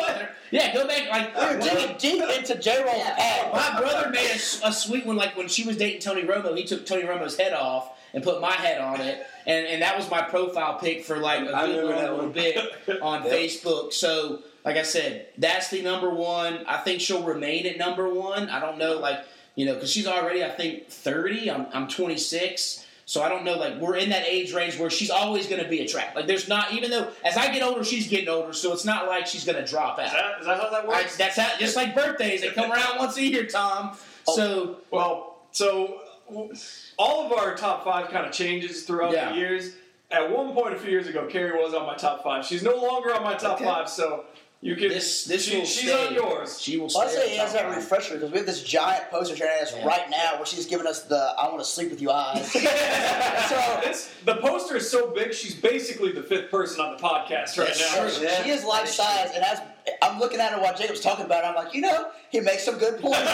Speaker 2: Yeah, go back like
Speaker 3: You're digging deep into J Roll's pad.
Speaker 2: my brother made a s- a, sweet one, like when she was dating Tony Romo, he took Tony Romo's head off and put my head on it, and, and that was my profile pic for like a
Speaker 4: I
Speaker 2: good
Speaker 4: remember
Speaker 2: long
Speaker 4: that
Speaker 2: little
Speaker 4: one.
Speaker 2: bit on Facebook. So, like I said, that's the number one. I think she'll remain at number one. I don't know, like you know, because she's already I think thirty. I'm I'm twenty six. So I don't know, like we're in that age range where she's always going to be attractive. Like there's not, even though as I get older, she's getting older. So it's not like she's going to drop out.
Speaker 1: Is that, is that how that
Speaker 2: I,
Speaker 1: works?
Speaker 2: that's how, just like birthdays, they come around once a year, Tom. So
Speaker 1: Well, so w- all of our top five kind of changes throughout
Speaker 2: Yeah.
Speaker 1: the years. At one point a few years ago, Carrie was on my top five. She's no longer on my top
Speaker 2: Okay.
Speaker 1: five, so you can.
Speaker 2: this this
Speaker 1: she-
Speaker 2: will
Speaker 1: she's
Speaker 2: stay.
Speaker 1: on yours.
Speaker 2: She will
Speaker 3: Well, I
Speaker 2: stay.
Speaker 3: say
Speaker 2: on
Speaker 3: as
Speaker 2: top
Speaker 3: a
Speaker 2: line.
Speaker 3: refresher because we have this giant poster staring at us
Speaker 2: Yeah.
Speaker 3: right now where she's giving us the "I want to sleep with you" eyes. so
Speaker 1: It's, the poster is so big, she's basically the fifth person on the podcast right
Speaker 2: That's
Speaker 1: now.
Speaker 2: true.
Speaker 3: She-
Speaker 4: Yeah.
Speaker 3: She is
Speaker 2: That
Speaker 3: life
Speaker 2: is
Speaker 3: size, and as I'm looking at her while Jacob's talking about it, I'm like, you know, he makes some good points. some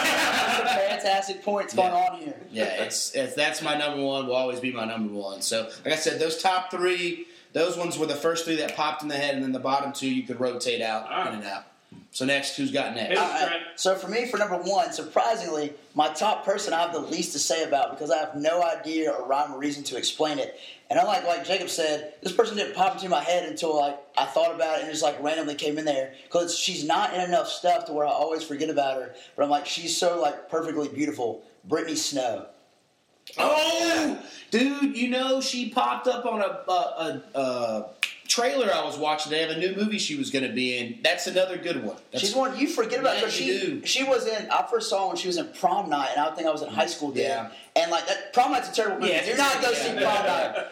Speaker 3: fantastic points going
Speaker 2: Yeah.
Speaker 3: on here.
Speaker 2: yeah, it's, it's that's my number one. Will always be my number one. So like I said, those top three, those ones were the first three that popped in the head, and then the bottom two you could rotate out
Speaker 1: All right.
Speaker 2: in and out. So next, who's got
Speaker 1: Hey.
Speaker 2: next?
Speaker 3: Uh,
Speaker 1: Trent.
Speaker 3: so for me, for number one, surprisingly, my top person I have the least to say about because I have no idea or rhyme or reason to explain it. And unlike like Jacob said, this person didn't pop into my head until like I thought about it and just like randomly came in there because she's not in enough stuff to where I always forget about her. But I'm like, she's so like perfectly beautiful, Brittany Snow.
Speaker 2: Oh, dude, you know she popped up on a a, a, a trailer I was watching, they have a new movie she was going to be in. That's another good one. That's,
Speaker 3: She's one you forget about
Speaker 2: Yeah,
Speaker 3: because
Speaker 2: you
Speaker 3: she
Speaker 2: do.
Speaker 3: she was in. I first saw her when she was in prom night, and I think I was in high school then.
Speaker 2: Yeah.
Speaker 3: And like that prom night's a terrible movie.
Speaker 2: Yeah,
Speaker 3: Do not go
Speaker 2: yeah.
Speaker 3: see prom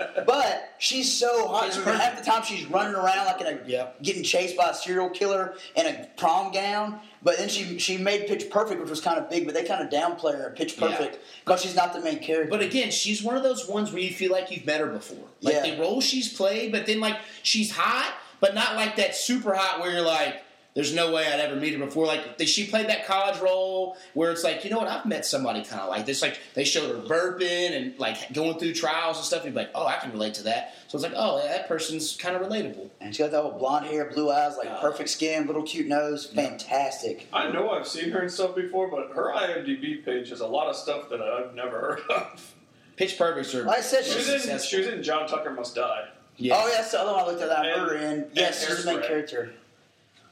Speaker 3: night. But she's so hot.
Speaker 2: It's
Speaker 3: Remember, half the time she's running around like in a
Speaker 2: Yeah.
Speaker 3: getting chased by a serial killer in a prom gown. But then she she made Pitch Perfect, which was kind of big, but they kind of downplay her at Pitch
Speaker 2: Yeah.
Speaker 3: Perfect because she's not the main character.
Speaker 2: But again, she's one of those ones where you feel like you've met her before. Like
Speaker 3: Yeah.
Speaker 2: the role she's played, but then like she's hot, but not like that super hot where you're like, there's no way I'd ever meet her before. Like th- she played that college role where it's like, you know what, I've met somebody kind of like this. Like they showed her burping and like going through trials and stuff. And you're like, oh, I can relate to that. So it's like, oh, yeah, that person's kind of relatable.
Speaker 3: and she got that whole blonde hair, blue eyes, like perfect skin, little cute nose, fantastic.
Speaker 1: I know I've seen her and stuff before, but her IMDb page has a lot of stuff that I've never heard of.
Speaker 2: Pitch Perfect's her.
Speaker 3: Like I said,
Speaker 1: She
Speaker 3: she's
Speaker 1: was in, she was in John Tucker Must Die.
Speaker 2: Yeah.
Speaker 3: Oh, yeah, that's the other one I looked at. That I
Speaker 1: And-
Speaker 3: remember. And yes,
Speaker 1: and
Speaker 3: she's the main
Speaker 1: Hairspray.
Speaker 3: character.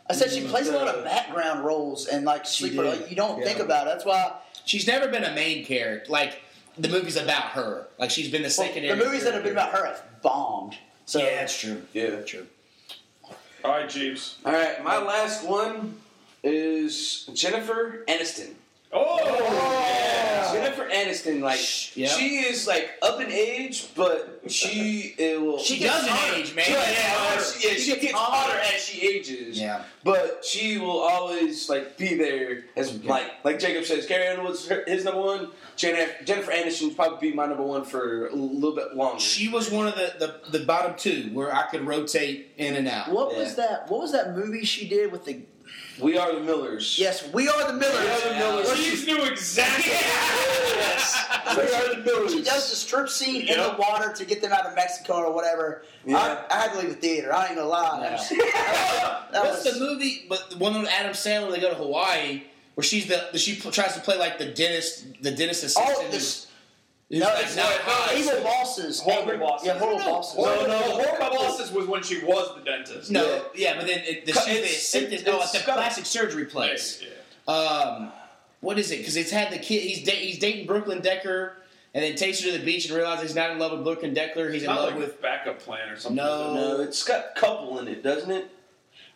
Speaker 3: I said she plays a lot of background roles and like sleeper.
Speaker 2: did.
Speaker 3: Like, you don't
Speaker 2: Yeah.
Speaker 3: think about. It. That's why
Speaker 2: She's never been a main character. Like the movie's about her. Like she's been the secondary.
Speaker 3: the movies that have been about her have bombed. So
Speaker 2: Yeah, that's true.
Speaker 4: Yeah.
Speaker 2: true.
Speaker 1: All right, Jeeves.
Speaker 4: All right, my last one is Jennifer Aniston.
Speaker 1: Oh,
Speaker 4: Jennifer Aniston, like
Speaker 2: yeah.
Speaker 4: she is like up in age, but she it will.
Speaker 2: She doesn't age, man.
Speaker 4: Yeah,
Speaker 2: Yeah.
Speaker 4: yeah, she, yeah, she gets hotter as she ages.
Speaker 2: Yeah.
Speaker 4: But she will always like be there as like like Jacob says. Gary Underwood's her- his number one. Jennifer, Jennifer Aniston would probably be my number one for a little bit longer.
Speaker 2: She was one of the, the, the bottom two where I could rotate in and out.
Speaker 3: what
Speaker 4: Yeah.
Speaker 3: was that? What was that movie she did with the?
Speaker 4: we are the Millers.
Speaker 3: Yes, we are the Millers.
Speaker 4: We are the Millers.
Speaker 3: Oh,
Speaker 1: Jeeves knew exactly.
Speaker 4: We are the Millers.
Speaker 3: She does the strip scene in
Speaker 1: Yeah.
Speaker 3: the water to get them out of Mexico or whatever.
Speaker 4: Yeah.
Speaker 3: I, I had to leave the theater. I ain't gonna lie. That was- that
Speaker 2: What's
Speaker 3: was-
Speaker 2: the movie? But the one with Adam Sandler, they go to Hawaii, where she's the she pl- tries to play like the dentist, the dentist assistant.
Speaker 3: Oh,
Speaker 2: who's-
Speaker 3: this,
Speaker 2: who's
Speaker 3: no,
Speaker 2: like
Speaker 3: it's
Speaker 2: not
Speaker 3: not.
Speaker 2: high.
Speaker 3: Evil bosses.
Speaker 1: Horrible
Speaker 3: Angry-
Speaker 1: bosses.
Speaker 3: Yeah, horrible
Speaker 2: No,
Speaker 3: bosses.
Speaker 1: No, no,
Speaker 2: Horrible.
Speaker 1: Horrible Bosses was when she was the dentist.
Speaker 2: No, yeah. but then it, the,
Speaker 4: Cut-
Speaker 2: she's the
Speaker 4: it's-
Speaker 2: assistant.
Speaker 4: it's-
Speaker 2: oh, at
Speaker 4: it's
Speaker 2: the
Speaker 4: got-
Speaker 2: plastic surgery
Speaker 1: Yeah,
Speaker 2: place.
Speaker 1: yeah.
Speaker 2: Um, what is it? Because it's had the kid. He's da- he's dating Brooklyn Decker, and then takes her to the beach and realizes he's not in love with Brooklyn Decker. He's in
Speaker 1: Not
Speaker 2: love
Speaker 1: like
Speaker 2: with
Speaker 1: with backup plan or something.
Speaker 2: No.
Speaker 4: No, it's got couple in it, doesn't it?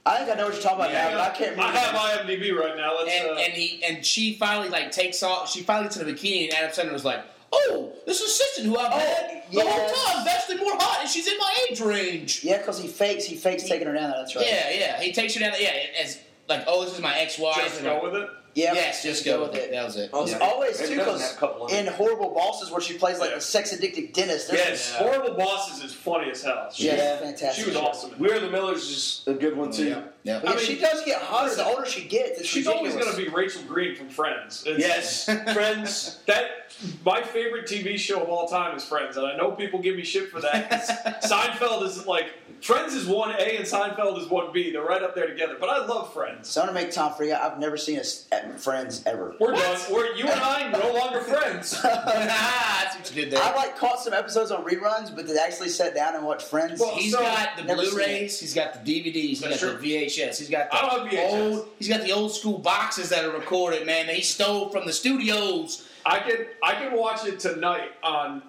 Speaker 3: I think I know what you're talking about
Speaker 1: Yeah.
Speaker 3: now, but I can't
Speaker 1: I
Speaker 3: remember.
Speaker 1: have IMDb right now. Let's.
Speaker 2: and,
Speaker 1: uh,
Speaker 2: and he and she finally like takes off. She finally gets in the bikini, and Adam Sandler was like, "Oh, this assistant who I've had the
Speaker 3: yes.
Speaker 2: whole time is actually more hot, and she's in my age range."
Speaker 3: yeah, because he fakes. He fakes taking her down. there, That's right.
Speaker 2: Yeah, yeah. He takes her down. Yeah, as like, "Oh, this is my ex-wife."
Speaker 1: just
Speaker 2: and
Speaker 1: go
Speaker 2: like,
Speaker 1: with it.
Speaker 3: Yeah,
Speaker 2: yes, just go with it. That was it.
Speaker 4: Also-
Speaker 3: It's always
Speaker 4: Maybe
Speaker 3: too
Speaker 4: it doesn't have couple
Speaker 3: because
Speaker 4: in it.
Speaker 3: in horrible bosses where she plays like
Speaker 1: Yeah.
Speaker 3: a sex addicted dentist. there's-
Speaker 1: Yes, Horrible Bosses is funny as hell. She,
Speaker 3: yeah,
Speaker 4: Yeah.
Speaker 3: fantastic.
Speaker 1: she was awesome. in
Speaker 4: We are the Millers is a good one too.
Speaker 2: Yeah, yeah.
Speaker 3: But
Speaker 1: I
Speaker 3: yeah, she
Speaker 1: mean,
Speaker 3: does get hotter the older she gets. It's
Speaker 1: She's
Speaker 3: ridiculous.
Speaker 1: always going to be Rachel Green from Friends. It's-
Speaker 4: Yes, friends.
Speaker 1: That my favorite TV show of all time is Friends, and I know people give me shit for that. 'cause Seinfeld is like Friends is one A and Seinfeld is one B. They're right up there together. But I love Friends.
Speaker 3: So I'm gonna make Tom Freya. I've never seen us at Friends ever.
Speaker 1: We're done. We're you and I no longer friends.
Speaker 4: Ah.
Speaker 2: That's what you did there.
Speaker 3: I like caught some episodes on reruns, but to actually sat down and watch Friends.
Speaker 1: Well,
Speaker 2: He's
Speaker 1: So,
Speaker 2: got the
Speaker 3: never seen
Speaker 2: Blu-rays. He's got the DVDs. He's got
Speaker 1: That's
Speaker 2: the VHS. He's got the
Speaker 1: I don't have VHS.
Speaker 2: old. He's got the old school boxes that are recorded, man. That he stole from the studios.
Speaker 1: I can I can watch it tonight on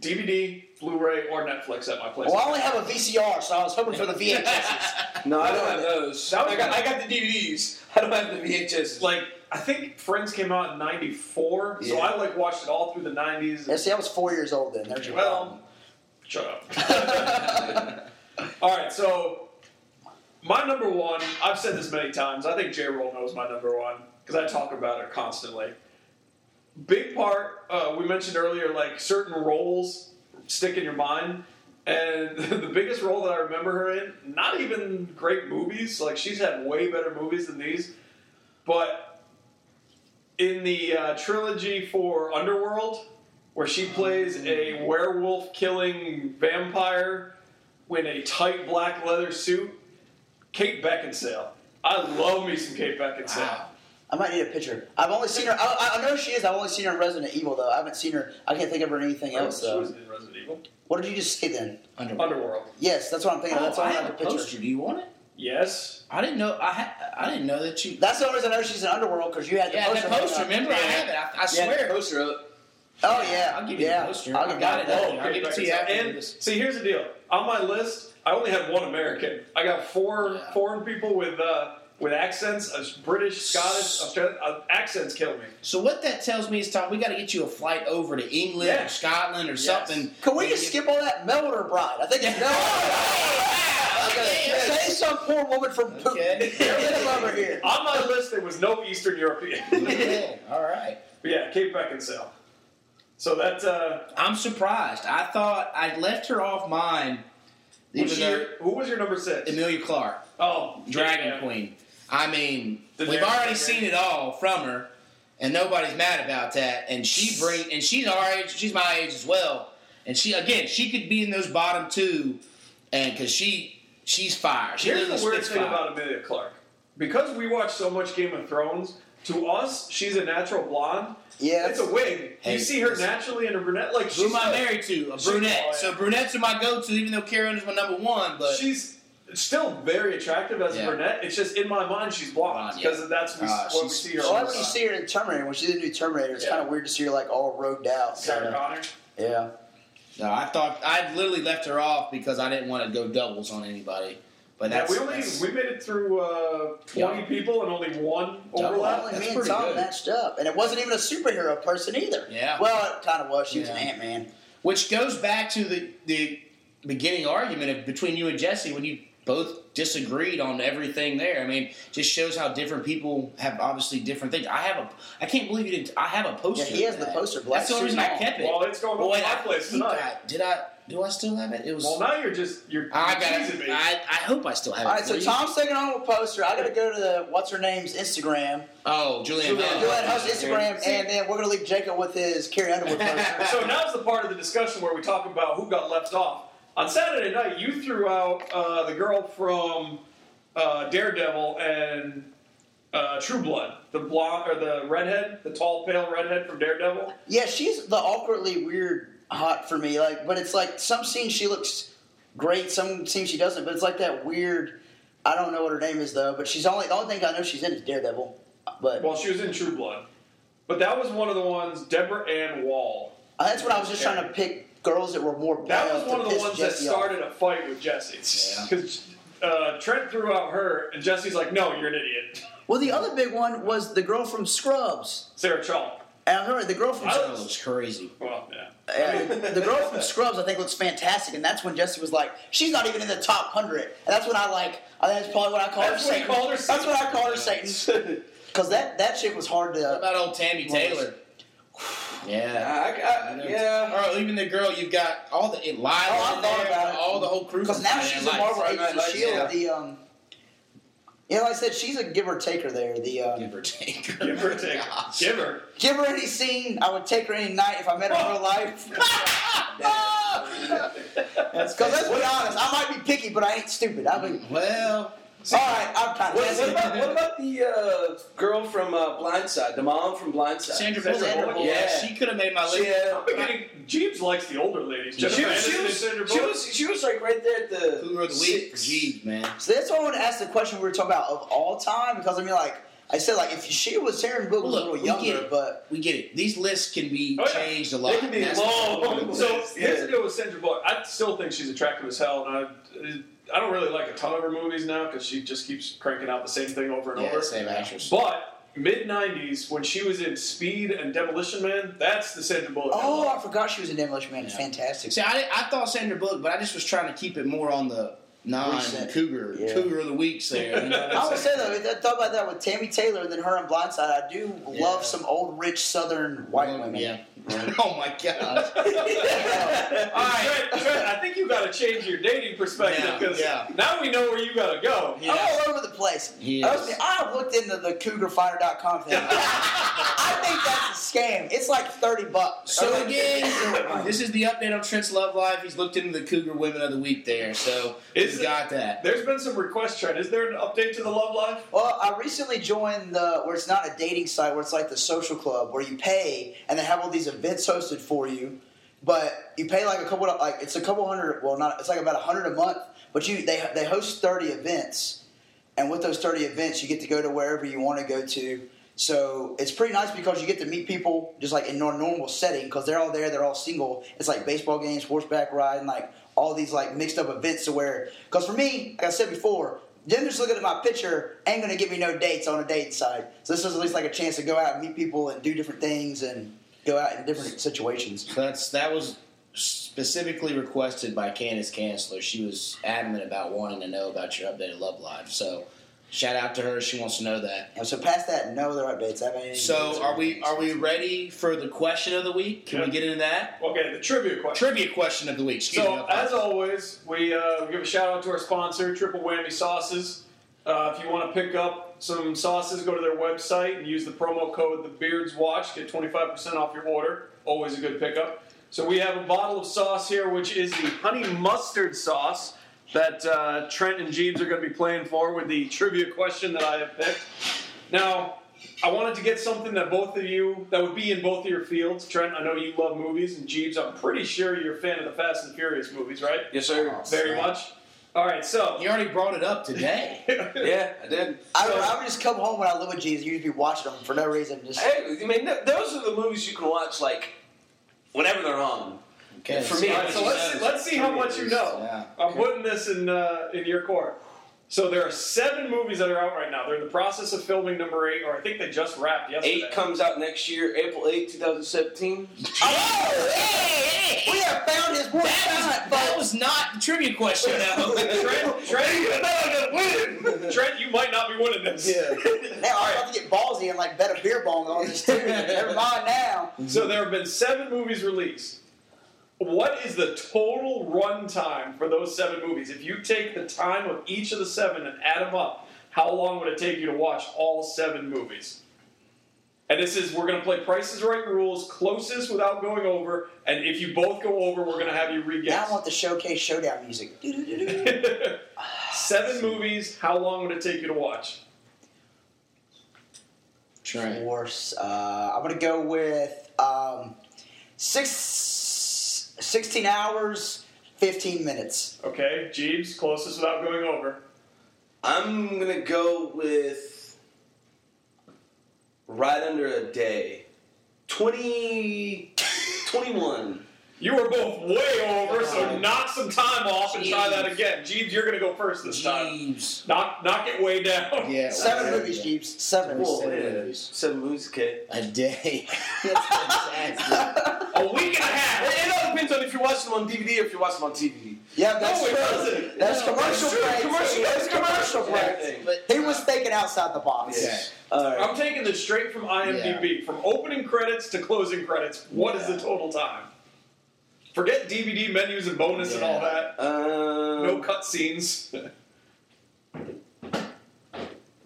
Speaker 1: DVD, Blu-ray, or Netflix at my place.
Speaker 3: well, I only have a VCR, so I was hoping for the VHSs.
Speaker 4: No, I don't have those.
Speaker 1: That was-
Speaker 4: I got I got the DVDs. I don't have the VHS.
Speaker 1: Like I think Friends came out in '94, so
Speaker 4: Yeah.
Speaker 1: I like watched it all through the '90s.
Speaker 3: yeah, see, I was four years old then. There's your problem.
Speaker 1: Well, shut up. All right, so my number one, I've said this many times. I think J Roll knows my number one because I talk about her constantly. Big part, uh, we mentioned earlier, like certain roles stick in your mind. And the biggest role that I remember her in, not even great movies, like she's had way better movies than these, but in the uh, trilogy for Underworld, where she plays a werewolf killing vampire in a tight black leather suit. Kate Beckinsale. I love me some Kate Beckinsale.
Speaker 3: I might need a picture. I've only seen her. I, I know she is. I've only seen her in Resident Evil though. I haven't seen her. I can't think of her in anything
Speaker 2: Oh,
Speaker 3: else
Speaker 1: She was
Speaker 3: though.
Speaker 1: in Resident Evil.
Speaker 3: What did you just say then?
Speaker 2: Underworld.
Speaker 1: Underworld.
Speaker 3: Yes, that's what I'm thinking. of. That's
Speaker 2: Oh,
Speaker 3: why
Speaker 2: I
Speaker 3: I
Speaker 2: have
Speaker 3: have
Speaker 2: a
Speaker 3: the picture.
Speaker 2: poster. Do you want it?
Speaker 1: Yes.
Speaker 2: I didn't know. I ha- I didn't know that you.
Speaker 3: That's the only reason I know she's in Underworld because you had the
Speaker 2: yeah,
Speaker 3: poster.
Speaker 2: that poster.
Speaker 3: hanging
Speaker 2: Remember, I
Speaker 3: up.
Speaker 2: have it. I, I
Speaker 4: yeah,
Speaker 2: swear.
Speaker 4: poster up.
Speaker 3: Oh yeah,
Speaker 2: I'll give you
Speaker 3: yeah.
Speaker 2: the poster.
Speaker 3: I'll
Speaker 2: I
Speaker 3: give
Speaker 2: got
Speaker 3: that
Speaker 2: it.
Speaker 3: one.
Speaker 1: Oh, Kate
Speaker 2: I'll give it to you
Speaker 1: Beckinsale.
Speaker 2: after
Speaker 1: And
Speaker 2: this.
Speaker 1: see, here's the deal. On my list, I only had one American. I got four foreign people with uh, with accents. uh, British, Scottish, Australian uh, accents kill me.
Speaker 2: So what that tells me is, Tom, we got to get you a flight over to England
Speaker 1: Yeah.
Speaker 2: or Scotland or something.
Speaker 3: Can we just skip all that Melder bride? I think
Speaker 2: Oh,
Speaker 3: it's Melder.
Speaker 2: Okay,
Speaker 3: okay,
Speaker 2: okay.
Speaker 3: say some poor woman from
Speaker 2: Okay.
Speaker 3: Get him over here.
Speaker 1: On my list, there was no Eastern European. but
Speaker 2: Yeah, all right.
Speaker 1: yeah, Kate Beckinsale. So that uh,
Speaker 2: I'm surprised. I thought I left her off mine.
Speaker 1: was
Speaker 2: Even
Speaker 1: she your,
Speaker 2: though
Speaker 1: who was your number six?
Speaker 2: Amelia Clark,
Speaker 1: Oh,
Speaker 2: Dragon
Speaker 1: yeah.
Speaker 2: Queen. I mean,
Speaker 1: The
Speaker 2: we've
Speaker 1: Dragon
Speaker 2: already
Speaker 1: Queen.
Speaker 2: seen it all from her, and nobody's mad about that. And she bring, and she's our age. She's my age as well. And she again, she could be in those bottom two, and because she she's fire. She
Speaker 1: Here's
Speaker 2: lives
Speaker 1: the
Speaker 2: in
Speaker 1: weird
Speaker 2: spit's
Speaker 1: thing
Speaker 2: fire.
Speaker 1: about Amelia Clark. Because we watch so much Game of Thrones, to us, she's a natural blonde.
Speaker 3: Yeah,
Speaker 1: It's a wig.
Speaker 2: Hey,
Speaker 1: you see her
Speaker 2: listen.
Speaker 1: naturally in a brunette. Like
Speaker 2: Who
Speaker 1: she's
Speaker 2: am I
Speaker 1: like-
Speaker 2: married to? A
Speaker 1: she's-
Speaker 2: brunette.
Speaker 1: oh, yeah.
Speaker 2: So brunettes are my go-to, even though Karen is my number one. But
Speaker 1: She's still very attractive as
Speaker 2: Yeah.
Speaker 1: a brunette. It's just in my mind she's blonde
Speaker 2: Blonde, yeah.
Speaker 1: because that's we,
Speaker 2: Ah,
Speaker 1: what we
Speaker 2: she's-
Speaker 1: see her.
Speaker 3: Well,
Speaker 1: all
Speaker 3: that's when
Speaker 1: the
Speaker 3: you
Speaker 1: time.
Speaker 3: see her in Terminator. When she's in the new Terminator, it's
Speaker 1: Yeah.
Speaker 3: kind of weird to see her like all robed out.
Speaker 1: Sarah
Speaker 3: kinda.
Speaker 1: Connor.
Speaker 3: Yeah.
Speaker 2: no, I thought I literally left her off because I didn't want to go doubles on anybody. But
Speaker 1: Yeah,
Speaker 2: that's
Speaker 1: we only
Speaker 2: that's-
Speaker 1: we made it through uh, twenty
Speaker 2: Yeah.
Speaker 1: people and only one
Speaker 2: Yeah.
Speaker 1: overlap.
Speaker 3: Only
Speaker 2: that's
Speaker 3: me and
Speaker 2: pretty
Speaker 3: Tom
Speaker 2: good.
Speaker 3: matched up, and it wasn't even a superhero person either.
Speaker 2: Yeah.
Speaker 3: Well, it kind of was. She was
Speaker 2: Yeah.
Speaker 3: an Ant Man.
Speaker 2: which goes back to the the beginning argument of, between you and Jesse when you both disagreed on everything there. I mean, just shows how different people have obviously different things. I have a I can't believe you didn't. I have a poster.
Speaker 3: Yeah, he
Speaker 2: of
Speaker 3: has the
Speaker 2: that.
Speaker 3: poster, black
Speaker 2: That's the only
Speaker 3: suit
Speaker 2: reason
Speaker 3: on.
Speaker 2: I kept it.
Speaker 1: Well, it's going
Speaker 2: But
Speaker 1: to
Speaker 2: wait,
Speaker 1: my
Speaker 2: I
Speaker 1: place
Speaker 2: think
Speaker 1: tonight.
Speaker 2: I- did I? Do I still have it? It was.
Speaker 1: Well, now you're just you're
Speaker 2: I got.
Speaker 1: teasing me.
Speaker 2: I, I hope I still have
Speaker 3: All
Speaker 2: it.
Speaker 3: right, so
Speaker 2: please.
Speaker 3: Tom's taking on a poster. I gotta go to the what's her name's Instagram.
Speaker 2: Oh, Julian.
Speaker 1: Julian
Speaker 2: Bell.
Speaker 3: Joanne Huff's Instagram, and then we're gonna leave Jacob with his Carrie Underwood poster.
Speaker 1: so now's the part of the discussion where we talk about who got left off. On Saturday night, you threw out uh, the girl from uh, Daredevil and uh, True Blood, the blonde or the redhead, the tall, pale redhead from Daredevil.
Speaker 3: Yeah, she's the awkwardly weird hot for me. Like, but it's like some scenes she looks great, some scenes she doesn't. But it's like that weird. I don't know what her name is though. But she's only the only thing I know she's in is Daredevil. But
Speaker 1: Well, she was in True Blood, but that was one of the ones. Deborah Ann Wall.
Speaker 3: uh, that's what I was just trying to pick girls that were more.
Speaker 1: That
Speaker 3: pale
Speaker 1: was
Speaker 3: to
Speaker 1: one of the
Speaker 3: piss
Speaker 1: ones
Speaker 3: Jesse
Speaker 1: that
Speaker 3: off.
Speaker 1: started a fight with Jesse because uh, Trent threw out her, and Jesse's like, "No, you're an idiot."
Speaker 3: Well, the other big one was the girl from Scrubs.
Speaker 1: Sarah Chalk.
Speaker 3: And I'm sorry, the girl from
Speaker 1: I-
Speaker 2: That was crazy.
Speaker 1: Well, yeah.
Speaker 3: uh, the, the girl from Scrubs, I think looks fantastic, and that's when Jesse was like, "She's not even in the top hundred. And that's when I like. I think that's probably what I called
Speaker 1: That's
Speaker 3: her.
Speaker 1: what you
Speaker 3: Satan.
Speaker 1: called her
Speaker 3: That's what I called her Satan.
Speaker 4: I,
Speaker 3: Because that that shit was hard
Speaker 2: What
Speaker 3: to.
Speaker 2: about old Tammy
Speaker 3: What was-
Speaker 2: Taylor? Yeah.
Speaker 4: I, yeah.
Speaker 2: Or even the girl you've got all the it lies
Speaker 3: Oh, I
Speaker 2: in
Speaker 3: thought
Speaker 2: there,
Speaker 3: about it.
Speaker 2: all the whole crew.
Speaker 3: Because now she's a
Speaker 2: Lights.
Speaker 3: Marvel
Speaker 4: Friday
Speaker 3: Agents of
Speaker 4: Night
Speaker 3: Shield.
Speaker 4: Lights,
Speaker 3: The um, yeah, like I said, she's a give or taker there. The um,
Speaker 2: Give or take.
Speaker 1: Give her a take. Give her.
Speaker 3: give her any scene, I would take her any night if I met her in real life.
Speaker 2: That's
Speaker 3: Because let's be honest, I might be picky, but I ain't stupid. I mean,
Speaker 2: Well,
Speaker 3: all right, I'm kind
Speaker 4: What, what
Speaker 3: of.
Speaker 4: about what about the uh, girl from uh, Blindside? The mom from Blindside.
Speaker 2: Sandra
Speaker 1: Sandra
Speaker 2: Bullock.
Speaker 1: Bullock.
Speaker 2: Yeah,
Speaker 4: Yeah.
Speaker 2: she could have made my list.
Speaker 4: She, uh,
Speaker 1: I'm beginning. Jeeves likes the older ladies.
Speaker 4: she, was,
Speaker 1: Jennifer
Speaker 4: she,
Speaker 1: Aniston and
Speaker 4: was,
Speaker 1: Sandra
Speaker 4: she
Speaker 1: Bullock.
Speaker 4: was she was like right there at the
Speaker 2: Who wrote the week?
Speaker 4: six.
Speaker 2: Jeez, man.
Speaker 3: So that's why I want to ask the question we were talking about of all time. Because I mean, like I said, like if she was Taryn Book was
Speaker 2: Look,
Speaker 3: a
Speaker 2: we
Speaker 3: little
Speaker 2: get
Speaker 3: younger,
Speaker 2: it.
Speaker 3: but
Speaker 2: We get it. These lists can be
Speaker 1: Oh, yeah.
Speaker 2: changed a lot.
Speaker 4: They can be
Speaker 2: That's-
Speaker 4: long.
Speaker 1: So here's the
Speaker 4: Yeah.
Speaker 1: deal with Sandra Bullock. I still think she's attractive as hell, and I, I don't really like a ton of her movies now because she just keeps cranking out the same thing over and
Speaker 2: Yeah,
Speaker 1: over.
Speaker 2: same actress.
Speaker 1: But mid '90s, when she was in Speed and Demolition Man, that's the Sandra Bullock. I
Speaker 3: oh,
Speaker 1: love.
Speaker 3: I forgot she was in Demolition Man. It's
Speaker 2: Yeah.
Speaker 3: fantastic.
Speaker 2: See, I, I thought Sandra Bullock, but I just was trying to keep it more on the
Speaker 3: Recent.
Speaker 2: non-cougar,
Speaker 3: Yeah.
Speaker 2: cougar of the weeks there. You know what I'm
Speaker 3: I would
Speaker 2: saying?
Speaker 3: say though, if I thought about that with Tammy Taylor than her in Blindside, I do
Speaker 2: Yeah.
Speaker 3: love some old rich Southern white women.
Speaker 2: Yeah. oh my god.
Speaker 1: All right, Trent, Trent, I think you got to change your dating perspective
Speaker 2: Yeah,
Speaker 1: because
Speaker 2: yeah.
Speaker 1: now we know where you got to go.
Speaker 2: Yeah.
Speaker 3: I'm all over the place.
Speaker 2: He
Speaker 3: I,
Speaker 2: is.
Speaker 3: have looked into the CougarFighter.com thing. I think that's a scam. It's like thirty bucks. Or
Speaker 2: So
Speaker 3: like-
Speaker 1: oh
Speaker 2: again, this is the update on Trent's love life. He's looked into the Cougar Women of the Week there, so
Speaker 1: Is
Speaker 2: he's
Speaker 1: it-
Speaker 2: got that.
Speaker 1: There's been some requests, Trent. Is there an update to the love life?
Speaker 3: Well, I recently joined the where it's not a dating site, where it's like the social club where you pay and they have all these events hosted for you. But you pay like a couple, like it's a couple hundred. Well, not it's like about a hundred a month. But you they they host thirty events, and with those thirty events, you get to go to wherever you want to go to. So it's pretty nice because you get to meet people just like in a normal setting because they're all there, they're all single. It's like baseball games, horseback riding, like all these like mixed up events to where because for me, like I said before, them just looking at my picture ain't gonna give me no dates on a dating site. So this is at least like a chance to go out and meet people and do different things and go out in different situations.
Speaker 2: So that's that was specifically requested by Candace Cancellor. She was adamant about wanting to know about your updated love life. So shout out to her. She wants to know that.
Speaker 3: And so past that, no other updates. I haven't. any dates
Speaker 2: So
Speaker 3: or
Speaker 2: are we
Speaker 3: anything.
Speaker 2: are we ready for the question of the week? Can
Speaker 1: Yeah.
Speaker 2: we get into that?
Speaker 1: Okay, the trivia question.
Speaker 2: Trivia question of the week. Excuse me.
Speaker 1: So, as always, we, uh, we give a shout out to our sponsor, Triple Whammy Sauces. Uh, if you want to pick up some sauces, go to their website and use the promo code The Beards Watch. Get 25% off your order. Always a good pickup. So, we have a bottle of sauce here, which is the honey mustard sauce that uh, Trent and Jeebs are going to be playing for with the trivia question that I have picked. Now, I wanted to get something that both of you that would be in both of your fields. Trent, I know you love movies, and Jeeves, I'm pretty sure you're a fan of the Fast and Furious movies, right?
Speaker 4: Yes, sir.
Speaker 1: Very much. All right, so
Speaker 2: you already brought it up today.
Speaker 4: Yeah, I did.
Speaker 3: I, would- I would just come home when I live with Jesus. You'd be watching them for no reason. Just
Speaker 4: Hey, I mean, th- those are the movies you can watch like whenever they're on.
Speaker 2: Okay.
Speaker 4: For me,
Speaker 1: All right, so let's see, let's see how much you know.
Speaker 2: Yeah.
Speaker 1: I'm putting this in uh, in your court. So there are seven movies that are out right now. They're in the process of filming number eight, or I think they just wrapped yesterday.
Speaker 4: Eight comes out next year, April 8, 2017.
Speaker 3: oh, we have found his
Speaker 2: That
Speaker 3: one shot,
Speaker 2: was, that
Speaker 3: folks.
Speaker 2: was not the trivia question. though.
Speaker 1: Trent, Trent, you Trent, you might not be winning this.
Speaker 3: Now I'm about to get ballsy and like bet a beer bong on this too. Never mind now.
Speaker 1: So there have been seven movies released. What is the total run time for those seven movies? If you take the time of each of the seven and add them up, how long would it take you to watch all seven movies? And this is we're going to play Prices Right rules, closest without going over. And if you both go over, we're going to have you
Speaker 3: Now I
Speaker 1: re-guess.
Speaker 3: want the showcase showdown music. Doo-doo-doo-doo.
Speaker 1: seven movies. How long would it take you to watch?
Speaker 2: Trent.
Speaker 3: Worse. Uh, I'm gonna go with um, six, 16 hours, fifteen minutes.
Speaker 1: Okay, Jeeves, closest without going over.
Speaker 4: I'm gonna go with right under a day. 20, 21.
Speaker 1: You were both way over, so knock some time off and try that again. Jeeves, you're going to go first this time.
Speaker 2: Jeeves.
Speaker 1: Knock, knock it way down.
Speaker 2: Yeah.
Speaker 3: Seven
Speaker 2: okay.
Speaker 3: movies, Jeeps. Seven.
Speaker 4: Cool.
Speaker 2: Seven
Speaker 4: yeah.
Speaker 2: movies.
Speaker 4: Seven movies, okay.
Speaker 2: A day. That's fantastic.
Speaker 1: A week and a
Speaker 4: It,
Speaker 1: half.
Speaker 4: it all depends on if you're watching them on DVD or if you're watching them on TV.
Speaker 3: Yeah, that's
Speaker 1: No, it
Speaker 3: true.
Speaker 1: doesn't.
Speaker 3: That's
Speaker 4: No,
Speaker 3: commercial
Speaker 4: that's true.
Speaker 3: breaks.
Speaker 4: Commercial-
Speaker 3: That's
Speaker 4: that's commercial
Speaker 3: commercial
Speaker 4: breaks.
Speaker 3: breaks.
Speaker 2: But-
Speaker 3: He was thinking outside the box.
Speaker 2: Okay.
Speaker 4: All right.
Speaker 1: I'm taking this straight from IMDb. From opening credits to closing credits, What is
Speaker 2: Yeah.
Speaker 1: the total time? Forget DVD menus and bonus and all
Speaker 2: Yeah.
Speaker 1: that.
Speaker 4: Um,
Speaker 1: No cutscenes. okay,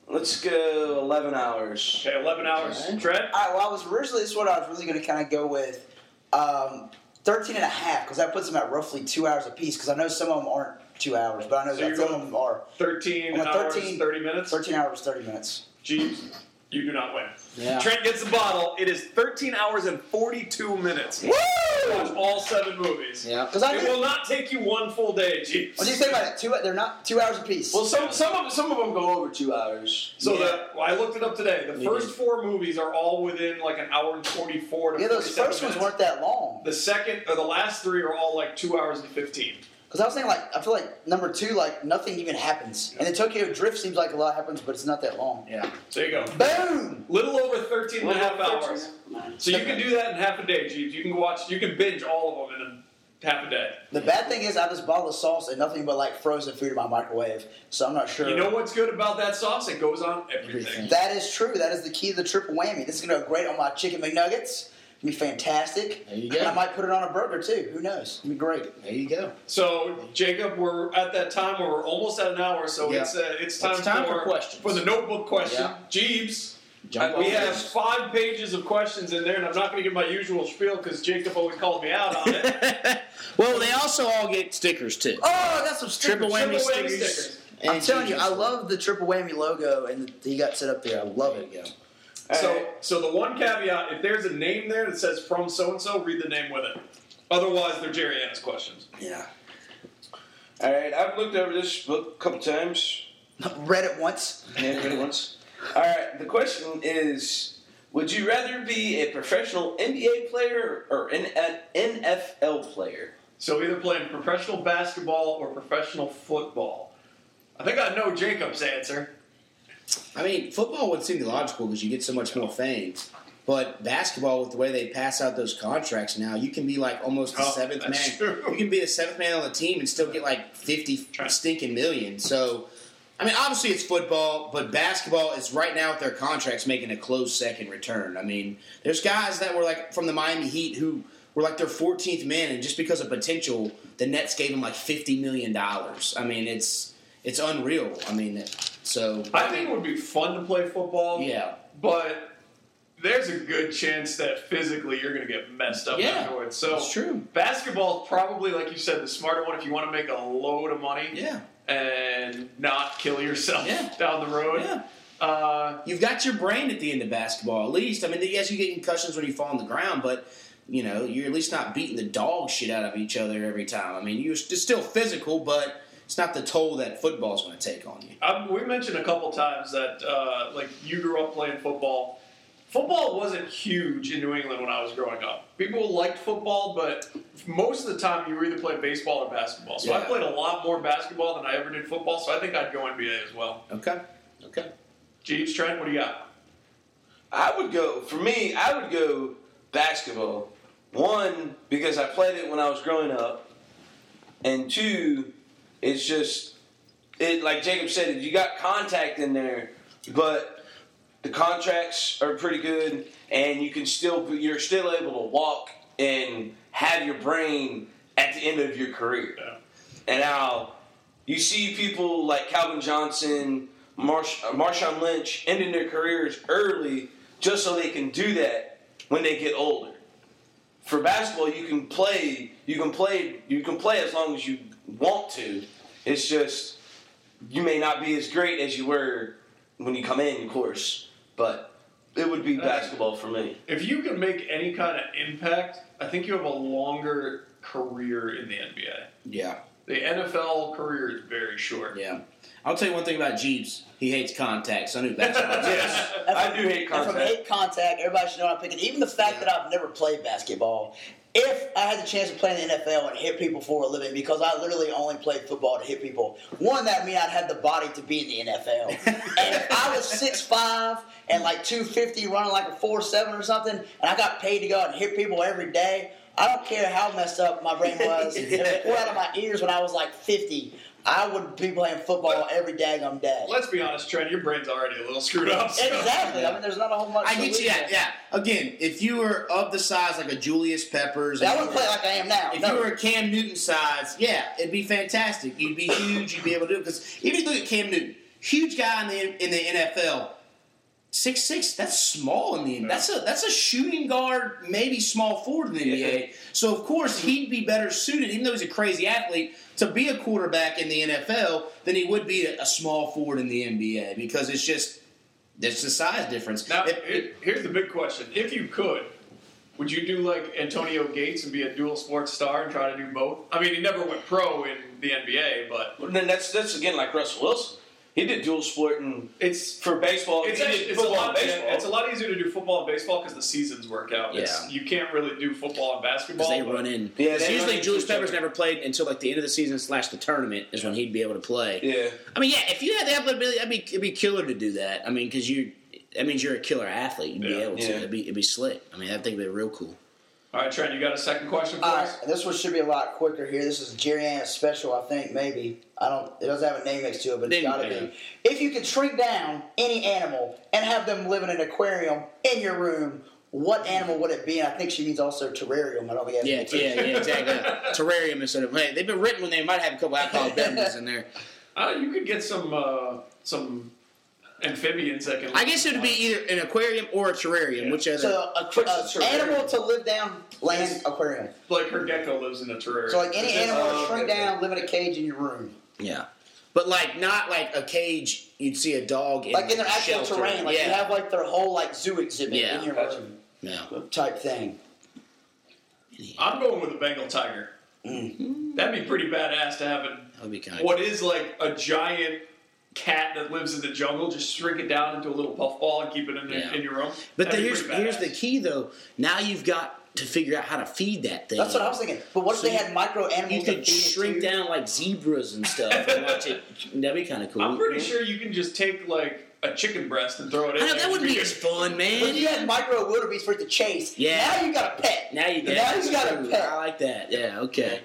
Speaker 4: Let's go 11 hours.
Speaker 1: 11 hours.
Speaker 2: Okay.
Speaker 1: Trent?
Speaker 3: All right, well, I was originally, this is what I was really going to kind of go with um, 13 and a half, because that puts them at roughly two hours apiece, because I know some of them aren't two hours, but I know
Speaker 1: So
Speaker 3: that
Speaker 1: you're
Speaker 3: some
Speaker 1: going-
Speaker 3: of them are
Speaker 1: 13
Speaker 2: Uh,
Speaker 3: I'm at
Speaker 1: hours,
Speaker 3: 13.
Speaker 1: 30 minutes.
Speaker 3: 13 hours, 30 minutes.
Speaker 1: Jeeves, you do not win.
Speaker 2: Yeah.
Speaker 1: Trent gets the bottle. It is 13 hours and 42 minutes.
Speaker 3: Woo!
Speaker 1: Watch all seven movies.
Speaker 2: Yeah.
Speaker 3: Because I
Speaker 1: It
Speaker 3: know,
Speaker 1: will not take you one full day, Jeeves.
Speaker 3: what do you think about it? Two, they're not two hours apiece.
Speaker 4: Well, some some of some of them go over two hours.
Speaker 1: So
Speaker 2: Yeah.
Speaker 1: the, well, I looked it up today. The
Speaker 2: We
Speaker 1: first
Speaker 2: did.
Speaker 1: four movies are all within like an hour and forty-four to
Speaker 3: yeah, those
Speaker 1: 47
Speaker 3: first ones
Speaker 1: minutes.
Speaker 3: weren't that long.
Speaker 1: The second or the last three are all like two hours and fifteen.
Speaker 3: Because I was thinking, like, I feel like number two, like, nothing even happens. And then Tokyo Drift seems like a lot happens, but it's not that long.
Speaker 2: Yeah.
Speaker 1: So you go.
Speaker 3: Boom!
Speaker 1: Little over 13 and a half hours. So you can do that in half a day, Jeeves. You can watch, you can binge all of them in a half a day.
Speaker 3: The bad thing is, I just bought the sauce and nothing but, like, frozen food in my microwave, so I'm not sure.
Speaker 1: You know what's good about that sauce? It goes on everything.
Speaker 2: Everything.
Speaker 3: That is true. That is the key to the triple whammy. This is going to go great on my chicken McNuggets. It's going to be fantastic.
Speaker 2: There you go.
Speaker 3: And I might put it on a burger too. Who knows? It'll be great.
Speaker 2: There you go.
Speaker 1: So Jacob, we're at that time where we're almost at an hour, so
Speaker 2: Yeah.
Speaker 1: it's uh, it's time,
Speaker 2: It's time for questions.
Speaker 1: for the notebook question.
Speaker 2: Yeah.
Speaker 1: Jeeves,
Speaker 2: Jump
Speaker 5: Uh,
Speaker 1: we
Speaker 2: on
Speaker 1: have
Speaker 2: this.
Speaker 1: five pages of questions in there, and I'm not going to give my usual spiel because Jacob always called me out on it.
Speaker 5: well, they also all get stickers too.
Speaker 3: Oh, I got some stickers.
Speaker 5: Triple whammy
Speaker 1: Triple whammy
Speaker 5: stickers.
Speaker 1: stickers.
Speaker 3: I'm
Speaker 2: And
Speaker 3: telling you,
Speaker 2: Jesus.
Speaker 3: I love the triple whammy logo and he got set up there. I love
Speaker 2: There you
Speaker 3: it.
Speaker 2: go.
Speaker 1: So, so the one caveat: if there's a name there that says from so and so, read the name with it. Otherwise, they're Jerry Anna's questions.
Speaker 3: Yeah.
Speaker 4: All right, I've looked over this book a couple times.
Speaker 3: Read it once.
Speaker 4: and read it once. All right, the question is: Would you rather be a professional NBA player or an an NFL player?
Speaker 1: So either playing professional basketball or professional football. I think I know Jacob's answer.
Speaker 2: I mean, football would seem logical because you get so much more fame. But basketball, with the way they pass out those contracts now, you can be like almost the
Speaker 1: Oh,
Speaker 2: seventh man.
Speaker 1: that's true.
Speaker 2: You can be the seventh man on the team and still get like fifty
Speaker 1: True.
Speaker 2: stinking million. So, I mean, obviously it's football, but basketball is right now with their contracts making a close second return. I mean, there's guys that were like from the Miami Heat who were like their 14th man, and just because of potential, the Nets gave them like 50 million dollars. I mean, it's it's unreal. I mean, so
Speaker 1: I think it would be fun to play football.
Speaker 2: yeah.
Speaker 1: But there's a good chance that physically you're going to get messed up
Speaker 2: Yeah,
Speaker 1: afterwards. So
Speaker 2: That's true.
Speaker 1: basketball probably, like you said, the smarter one if you want to make a load of money
Speaker 2: Yeah.
Speaker 1: and not kill yourself
Speaker 2: Yeah.
Speaker 1: down the road.
Speaker 2: Yeah.
Speaker 1: Uh,
Speaker 2: You've got your brain at the end of basketball, at least. I mean, yes, you get concussions when you fall on the ground, but you know you're at least not beating the dog shit out of each other every time. I mean, you're it's still physical, but it's not the toll that football's going to take on you.
Speaker 1: I, Um, we mentioned a couple times that uh, like you grew up playing football. Football wasn't huge in New England when I was growing up. People liked football, but most of the time you were either playing baseball or basketball. So I
Speaker 2: Yeah.
Speaker 1: played a lot more basketball than I ever did football. So I think I'd go NBA as well.
Speaker 2: Okay, okay.
Speaker 1: Jeeves, Trent, what do you got?
Speaker 4: I would go for me. I would go basketball. One because I played it when I was growing up, and two, it's just it. Like Jacob said, you got contact in there, but the contracts are pretty good, and you can still you're still able to walk and have your brain at the end of your career. And now you see people like Calvin Johnson, Marsh, uh, Marshawn Lynch ending their careers early just so they can do that when they get older. For basketball, you can play, you can play, you can play as long as you want to. It's just you may not be as great as you were when you come in, of course, but it would be basketball for me.
Speaker 1: If you can make any kind of impact, I think you have a longer career in the NBA.
Speaker 2: Yeah,
Speaker 1: The NFL career is very short.
Speaker 2: yeah. I'll tell you one thing about Jeeves. He hates contacts. I knew basketball.
Speaker 4: Yes, I do hate
Speaker 3: And from
Speaker 4: contact.
Speaker 3: eight contact, everybody should know I'm picking. Even the fact that I've never played basketball, if I had the chance to play in the NFL and hit people for a living, because I literally only played football to hit people, one, that mean I'd had the body to be in the NFL. and if I was 6'5 and like 250, running like a 4'7 or something, and I got paid to go out and hit people every day, I don't care how messed up my brain was. If it poured out of my ears when I was like 50, I would be playing football every daggum day.
Speaker 1: Let's be honest, Trent, your brain's already a little screwed up. so-
Speaker 3: Exactly. I mean, there's not a whole much.
Speaker 2: I get you.
Speaker 3: solution.
Speaker 2: Yeah, yeah. Again, if you were of the size like a Julius Peppers,
Speaker 3: I wouldn't play like I am now.
Speaker 2: If
Speaker 3: no.
Speaker 2: you were a Cam Newton size, yeah, it'd be fantastic. You'd be huge. You'd be able to do it because even if you look at Cam Newton, huge guy in the in the NFL, six six. That's small in the NBA. That's a that's a shooting guard, maybe small forward in the NBA. So of course he'd be better suited, even though he's a crazy athlete, to be a quarterback in the NFL than he would be a, a small forward in the NBA because it's just there's the size difference.
Speaker 1: Now,
Speaker 2: If-
Speaker 1: here- here's the big question. If you could, would you do like Antonio Gates and be a dual sports star and try to do both? I mean, he never went pro in the NBA, but
Speaker 4: Then that's that's again like Russell Wilson. He did dual sport and
Speaker 1: it's
Speaker 4: for baseball.
Speaker 1: it's,
Speaker 4: he
Speaker 1: actually,
Speaker 4: did
Speaker 1: it's, a
Speaker 4: football
Speaker 1: lot,
Speaker 4: and baseball.
Speaker 1: it's a lot easier to do football and baseball because the seasons work out. It's, you can't really do football and basketball.
Speaker 5: because they
Speaker 1: but-
Speaker 5: run in.
Speaker 4: Yeah,
Speaker 5: 'Cause
Speaker 4: they run
Speaker 5: usually
Speaker 4: into
Speaker 5: Julius
Speaker 4: each
Speaker 5: Peppers
Speaker 4: other.
Speaker 5: never played until like the end of the season slash the tournament is when he'd be able to play.
Speaker 4: Yeah.
Speaker 5: I mean, yeah, if you had the ability, that'd be it'd be killer to do that. I mean, because you that means you're a killer athlete. You'd be
Speaker 1: Yeah.
Speaker 5: able to.
Speaker 4: Yeah.
Speaker 5: It'd be it'd be slick. I mean, I think it'd be real cool.
Speaker 1: All right, Trent, you got a second question for
Speaker 3: All right,
Speaker 1: us?
Speaker 3: this one should be a lot quicker here. This is Jerry Ann's special, I think, maybe. I don't. It doesn't have a name next to it, but it's
Speaker 5: Name-
Speaker 3: got to
Speaker 5: yeah.
Speaker 3: be. If you could shrink down any animal and have them live in an aquarium in your room, what animal would it be? And I think she means also terrarium. I don't think. it
Speaker 5: Yeah,
Speaker 3: has to be-
Speaker 5: yeah, yeah, exactly. Terrarium instead of hey, they've been written when they might have a couple alcoholic beverages in there.
Speaker 1: Uh, you could get some uh, some amphibians that can.
Speaker 5: I guess it would be either an aquarium or a terrarium,
Speaker 1: Yeah.
Speaker 5: whichever.
Speaker 3: So a,
Speaker 4: What's
Speaker 3: a-
Speaker 4: the terrarium?
Speaker 3: animal to live down, land aquarium.
Speaker 1: like her gecko lives in a terrarium.
Speaker 3: So like any
Speaker 1: It's just-
Speaker 3: animal,
Speaker 4: Oh,
Speaker 3: shrink
Speaker 4: okay.
Speaker 3: down, live in a cage in your room,
Speaker 5: yeah, but like not like a cage. You'd see a dog in
Speaker 3: like in their actual
Speaker 5: shelter.
Speaker 3: terrain. Like
Speaker 5: yeah.
Speaker 3: you have like their whole like zoo exhibit
Speaker 5: Yeah.
Speaker 3: in your
Speaker 4: Gotcha.
Speaker 3: room
Speaker 5: yeah.
Speaker 3: type thing.
Speaker 1: I'm going with a Bengal tiger. That'd be pretty badass to have an
Speaker 5: That would Mm. be kind of
Speaker 1: what is like a giant cat that lives in the jungle, just shrink it down into a little puff ball and keep it in, the,
Speaker 5: Yeah.
Speaker 1: in your room.
Speaker 5: But then
Speaker 1: That'd be
Speaker 5: here's
Speaker 1: pretty
Speaker 5: here's the
Speaker 1: badass.
Speaker 5: key though. Now you've got to figure out how to feed that thing.
Speaker 3: That's what I was thinking. But what if
Speaker 5: So
Speaker 3: they
Speaker 5: you-
Speaker 3: had micro animals?
Speaker 5: You
Speaker 3: that
Speaker 5: could
Speaker 3: feed it
Speaker 5: shrink
Speaker 3: too?
Speaker 5: down like zebras and stuff and watch it. That'd be kind of cool.
Speaker 1: I'm pretty sure you can just take like a chicken breast and throw it in.
Speaker 5: I know,
Speaker 1: there.
Speaker 5: that would be as fun,
Speaker 3: But
Speaker 5: man.
Speaker 3: you had micro wildebeest for it to chase.
Speaker 5: Yeah.
Speaker 3: Now you got a pet.
Speaker 5: Now you
Speaker 3: Now
Speaker 5: got,
Speaker 3: you got a pet.
Speaker 5: I like that. Yeah. Okay.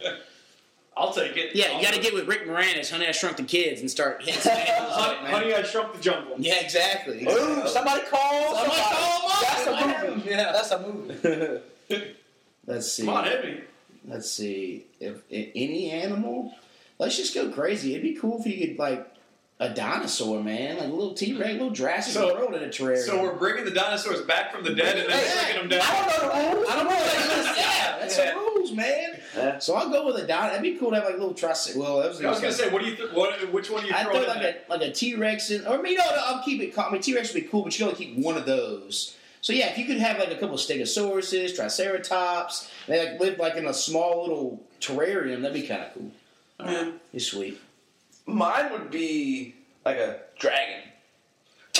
Speaker 1: I'll take it.
Speaker 5: Yeah.
Speaker 1: I'll
Speaker 5: You got to
Speaker 1: do it.
Speaker 5: get with Rick Moranis, Honey, I Shrunk the Kids, and start hitting. some animals up,
Speaker 1: Honey,
Speaker 5: man.
Speaker 1: honey, I shrunk the jungle.
Speaker 5: Yeah. Exactly.
Speaker 3: Ooh, somebody call.
Speaker 5: Somebody
Speaker 3: Somebody
Speaker 5: call Mike.
Speaker 3: That's
Speaker 5: Why
Speaker 3: a
Speaker 5: him?
Speaker 3: movie.
Speaker 5: Yeah.
Speaker 3: That's a movie.
Speaker 2: Let's see.
Speaker 1: Come on, hit me.
Speaker 2: Let's see. If, i any animal, let's just go crazy. It'd be cool if you could like a dinosaur, man, like a little T Rex, little Jurassic
Speaker 1: So-
Speaker 2: World in a terrarium.
Speaker 1: So we're bringing the dinosaurs back from the dead and then
Speaker 2: Hey,
Speaker 1: shrinking them down.
Speaker 3: I don't know the rules.
Speaker 2: I don't know. Like, yeah, that's
Speaker 1: Yeah.
Speaker 2: the rules, man.
Speaker 4: Yeah.
Speaker 2: So I'll go with a dino. That'd be cool to have like a little triceratops. Well, that was,
Speaker 1: I was gonna say, what do you? Th- what? Which one are you
Speaker 2: I
Speaker 1: throwing?
Speaker 2: throw
Speaker 1: in
Speaker 2: like
Speaker 1: there?
Speaker 2: a like a T Rex in, or I mean, no, no, I'll keep it. I mean, T Rex would be cool, but you can only keep one of those. So yeah, if you could have like a couple of Stegosauruses, Triceratops, and they like live like in a small little terrarium, that'd be kind of cool. Be sweet.
Speaker 4: Mine would be like a dragon.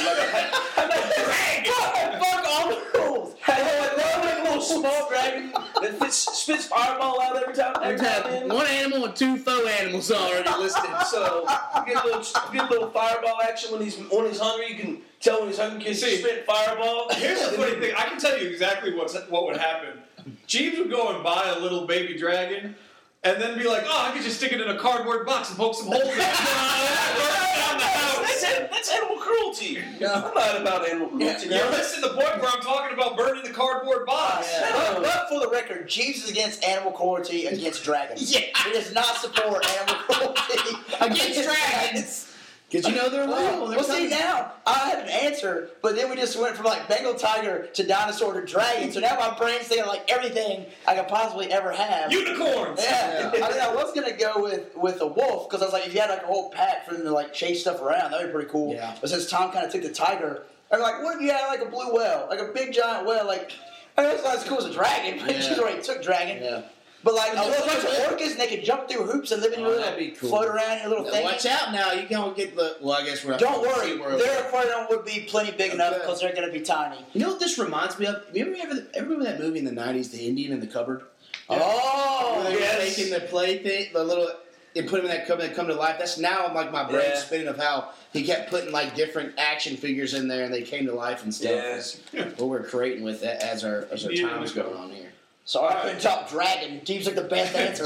Speaker 3: Fuck, fuck all the rules.
Speaker 4: I love like a little small dragon that fits, spits fireball out every time.
Speaker 5: I've
Speaker 4: Every time
Speaker 5: had
Speaker 4: in.
Speaker 5: one animal and two faux animals already listed.
Speaker 4: So you get a little, you get a little fireball action when he's when he's hungry. You can tell when he's hungry. You can
Speaker 1: See,
Speaker 4: spit fireball.
Speaker 1: Here's the funny thing. I can tell you exactly what's what would happen. Jeeves would go and buy a little baby dragon, and then be like, "Oh, I could just stick it in a cardboard box and poke some holes in it."
Speaker 4: That's, an- that's animal cruelty. I'm not about animal cruelty.
Speaker 1: You're
Speaker 4: man.
Speaker 1: missing the point where I'm talking about burning the cardboard box.
Speaker 3: But, but for the record, Jeeves is against animal cruelty against dragons.
Speaker 5: Yeah.
Speaker 3: He does not support animal cruelty
Speaker 5: Against dragons.
Speaker 2: Cause you know they're
Speaker 3: Well,
Speaker 2: loyal. They're
Speaker 3: well,
Speaker 2: coming.
Speaker 3: see now I had an answer, but then we just went from like Bengal tiger to dinosaur to dragon. So now my brain's thinking like everything I could possibly ever have.
Speaker 1: Unicorns.
Speaker 3: yeah, I mean, I was gonna go with with a wolf because I was like, if you had like a whole pack for them to like chase stuff around, that'd be pretty cool.
Speaker 2: Yeah.
Speaker 3: But since Tom kind of took the tiger, I'm like, what if you had like a blue whale, like a big giant whale, like. I mean, that's not as cool as a dragon, but she's already took dragon.
Speaker 2: Yeah.
Speaker 3: But like
Speaker 5: But
Speaker 3: a whole
Speaker 5: that's
Speaker 3: bunch of orcas, and they could jump through hoops and live in
Speaker 2: Oh,
Speaker 3: your
Speaker 2: that'd be
Speaker 3: little
Speaker 2: cool.
Speaker 3: float around in your little
Speaker 2: Now,
Speaker 3: thing.
Speaker 2: watch out now. You gonna get the. Well, I guess we're. not-
Speaker 3: Don't worry,
Speaker 2: we're-
Speaker 3: their aquarium would be plenty big enough because they're going to be tiny.
Speaker 2: You know what this reminds me of? You ever, ever, ever remember that movie in the '90s, The Indian in the Cupboard? Where
Speaker 3: Oh,
Speaker 2: they were
Speaker 4: yes.
Speaker 2: taking the play thing, the little, and put him in that cupboard and come to life. That's now I'm like my brain
Speaker 4: Yeah.
Speaker 2: spinning of how he kept putting like different action figures in there and they came to life and stuff. That's What we're creating with that as our as our
Speaker 1: Indian
Speaker 2: time is
Speaker 1: in the
Speaker 2: going on here.
Speaker 3: sorry, I couldn't top dragon. Team's like the best answer.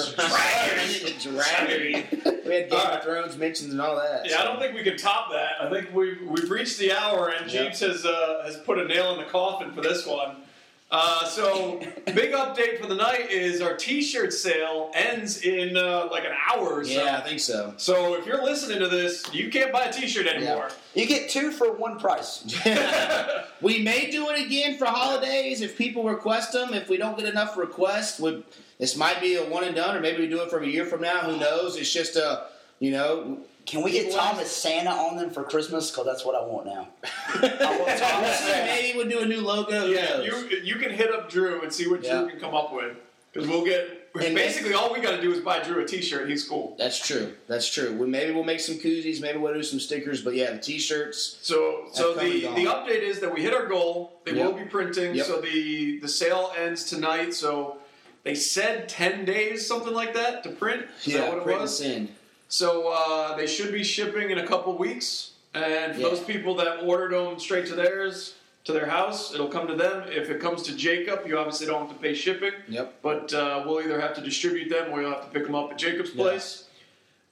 Speaker 2: Dragon. we had Game
Speaker 1: Alright.
Speaker 2: of Thrones mentions and all that.
Speaker 1: Yeah, I don't think we can top that. I think we've we've reached the hour, and
Speaker 2: Yeah.
Speaker 1: Jeeves has uh, has put a nail in the coffin for this one. Uh, so, big update for the night is our T-shirt sale ends in uh, like an hour or so.
Speaker 2: Yeah, I think so.
Speaker 1: So if you're listening to this, you can't buy a T-shirt anymore.
Speaker 3: You get two for one price.
Speaker 2: We may do it again for holidays if people request them. If we don't get enough requests, we, this might be a one and done, or maybe we do it from a year from now. Who knows? It's just a, you know,
Speaker 3: Can we get
Speaker 2: People ask-
Speaker 3: Thomas Santa on them for Christmas? Because that's what I want now. I want Thomas Santa.
Speaker 2: maybe we'll do a new logo. Who
Speaker 1: Yeah,
Speaker 2: knows?
Speaker 1: you you can hit up Drew and see what
Speaker 2: Yeah.
Speaker 1: Drew can come up with because we'll get.
Speaker 2: And-
Speaker 1: basically, all we got to do is buy Drew a T-shirt. He's cool.
Speaker 2: That's true. That's true. We maybe we'll make some koozies. Maybe we'll do some stickers. But yeah, the t-shirts.
Speaker 1: So so
Speaker 2: That's
Speaker 1: the
Speaker 2: coming
Speaker 1: the update is that we hit our goal. They
Speaker 2: Yep.
Speaker 1: will be printing.
Speaker 2: Yep.
Speaker 1: So the the sale ends tonight. So they said ten days, something like that, to print. Is that what it
Speaker 2: print
Speaker 1: was?
Speaker 2: us in.
Speaker 1: So uh, they should be shipping in a couple weeks. And for
Speaker 2: Yeah.
Speaker 1: those people that ordered them straight to theirs, to their house, it'll come to them. If it comes to Jacob, you obviously don't have to pay shipping.
Speaker 2: Yep.
Speaker 1: But uh, we'll either have to distribute them or you'll have to pick them up at Jacob's place.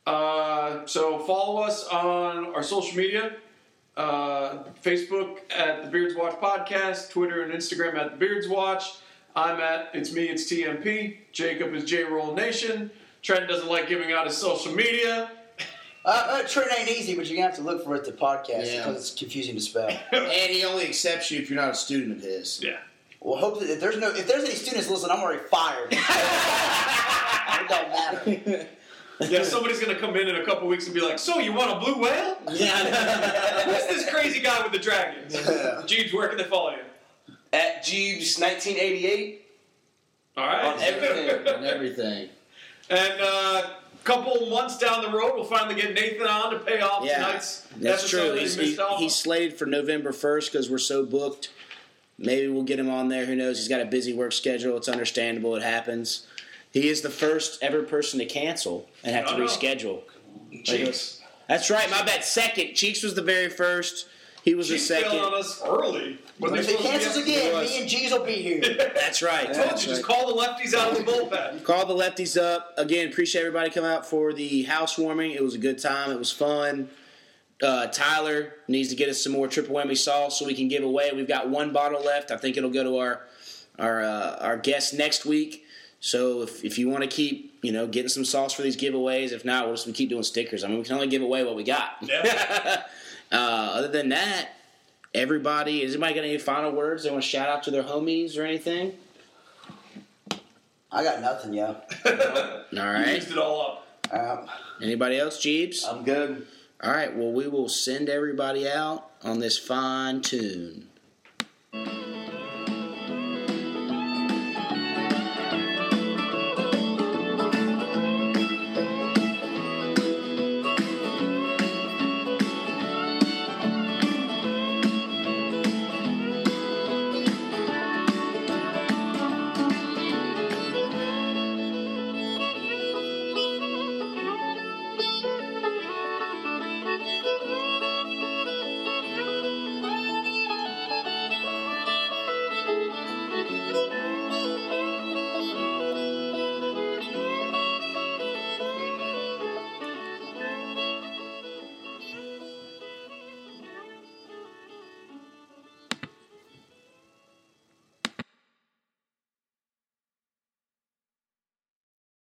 Speaker 1: Uh, so follow us on our social media uh, Facebook at the Beards Watch Podcast, Twitter and Instagram at the Beards Watch. I'm at it's me, it's TMP. Jacob is J Roll Nation. Trent doesn't like giving out his social media.
Speaker 3: Uh, uh, Trent ain't easy, but you're gonna have to look for it to podcast
Speaker 2: Yeah.
Speaker 3: because it's confusing to spell.
Speaker 2: And he only accepts you if you're not a student of his.
Speaker 1: Yeah.
Speaker 3: well, hope that if there's no if there's any students listen, I'm already fired. it don't matter.
Speaker 1: Yeah, somebody's gonna come in in a couple weeks and be like, "So you want a blue whale? Who's this crazy guy with the dragons?" Jeeves, where can they follow you?
Speaker 4: At Jeeves 1988.
Speaker 1: All right.
Speaker 4: On everything.
Speaker 2: And everything.
Speaker 1: And uh, couple months down the road, we'll finally get Nathan on to pay off
Speaker 2: Yeah,
Speaker 1: tonight's.
Speaker 2: that's
Speaker 1: episode
Speaker 2: true.
Speaker 1: that he
Speaker 2: He's,
Speaker 1: missed
Speaker 2: he-
Speaker 1: out on.
Speaker 2: he's slated for November first because we're so booked. Maybe we'll get him on there. Who knows? He's got a busy work schedule. It's understandable. It happens. He is the first ever person to cancel and have to
Speaker 1: I know.
Speaker 2: reschedule.
Speaker 1: Chiefs.
Speaker 2: That's right. My bad. Second, Cheeks was the very first. He was
Speaker 1: Chiefs
Speaker 2: the
Speaker 1: failed on us
Speaker 2: second.
Speaker 1: early. When
Speaker 3: If it cancels again, me and G's will be here.
Speaker 2: That's right.
Speaker 1: I told
Speaker 2: That's
Speaker 1: you,
Speaker 2: right.
Speaker 1: just call the lefties out of the bullpen.
Speaker 2: Call the lefties up again. Appreciate everybody coming out for the housewarming. It was a good time. It was fun. Uh, Tyler needs to get us some more triple whammy sauce so we can give away. We've got one bottle left. I think it'll go to our our uh, our guest next week. So if, if you want to keep you know getting some sauce for these giveaways, if not, we'll just keep doing stickers. I mean, we can only give away what we got. uh, other than that, everybody, is anybody got any final words? They want to shout out to their homies or anything?
Speaker 3: I got nothing, yo.
Speaker 2: All
Speaker 1: We
Speaker 2: right.
Speaker 1: Used it all up.
Speaker 3: Um,
Speaker 2: Anybody else? Jeebs.
Speaker 4: I'm good.
Speaker 2: All right, well, we will send everybody out on this fine tune.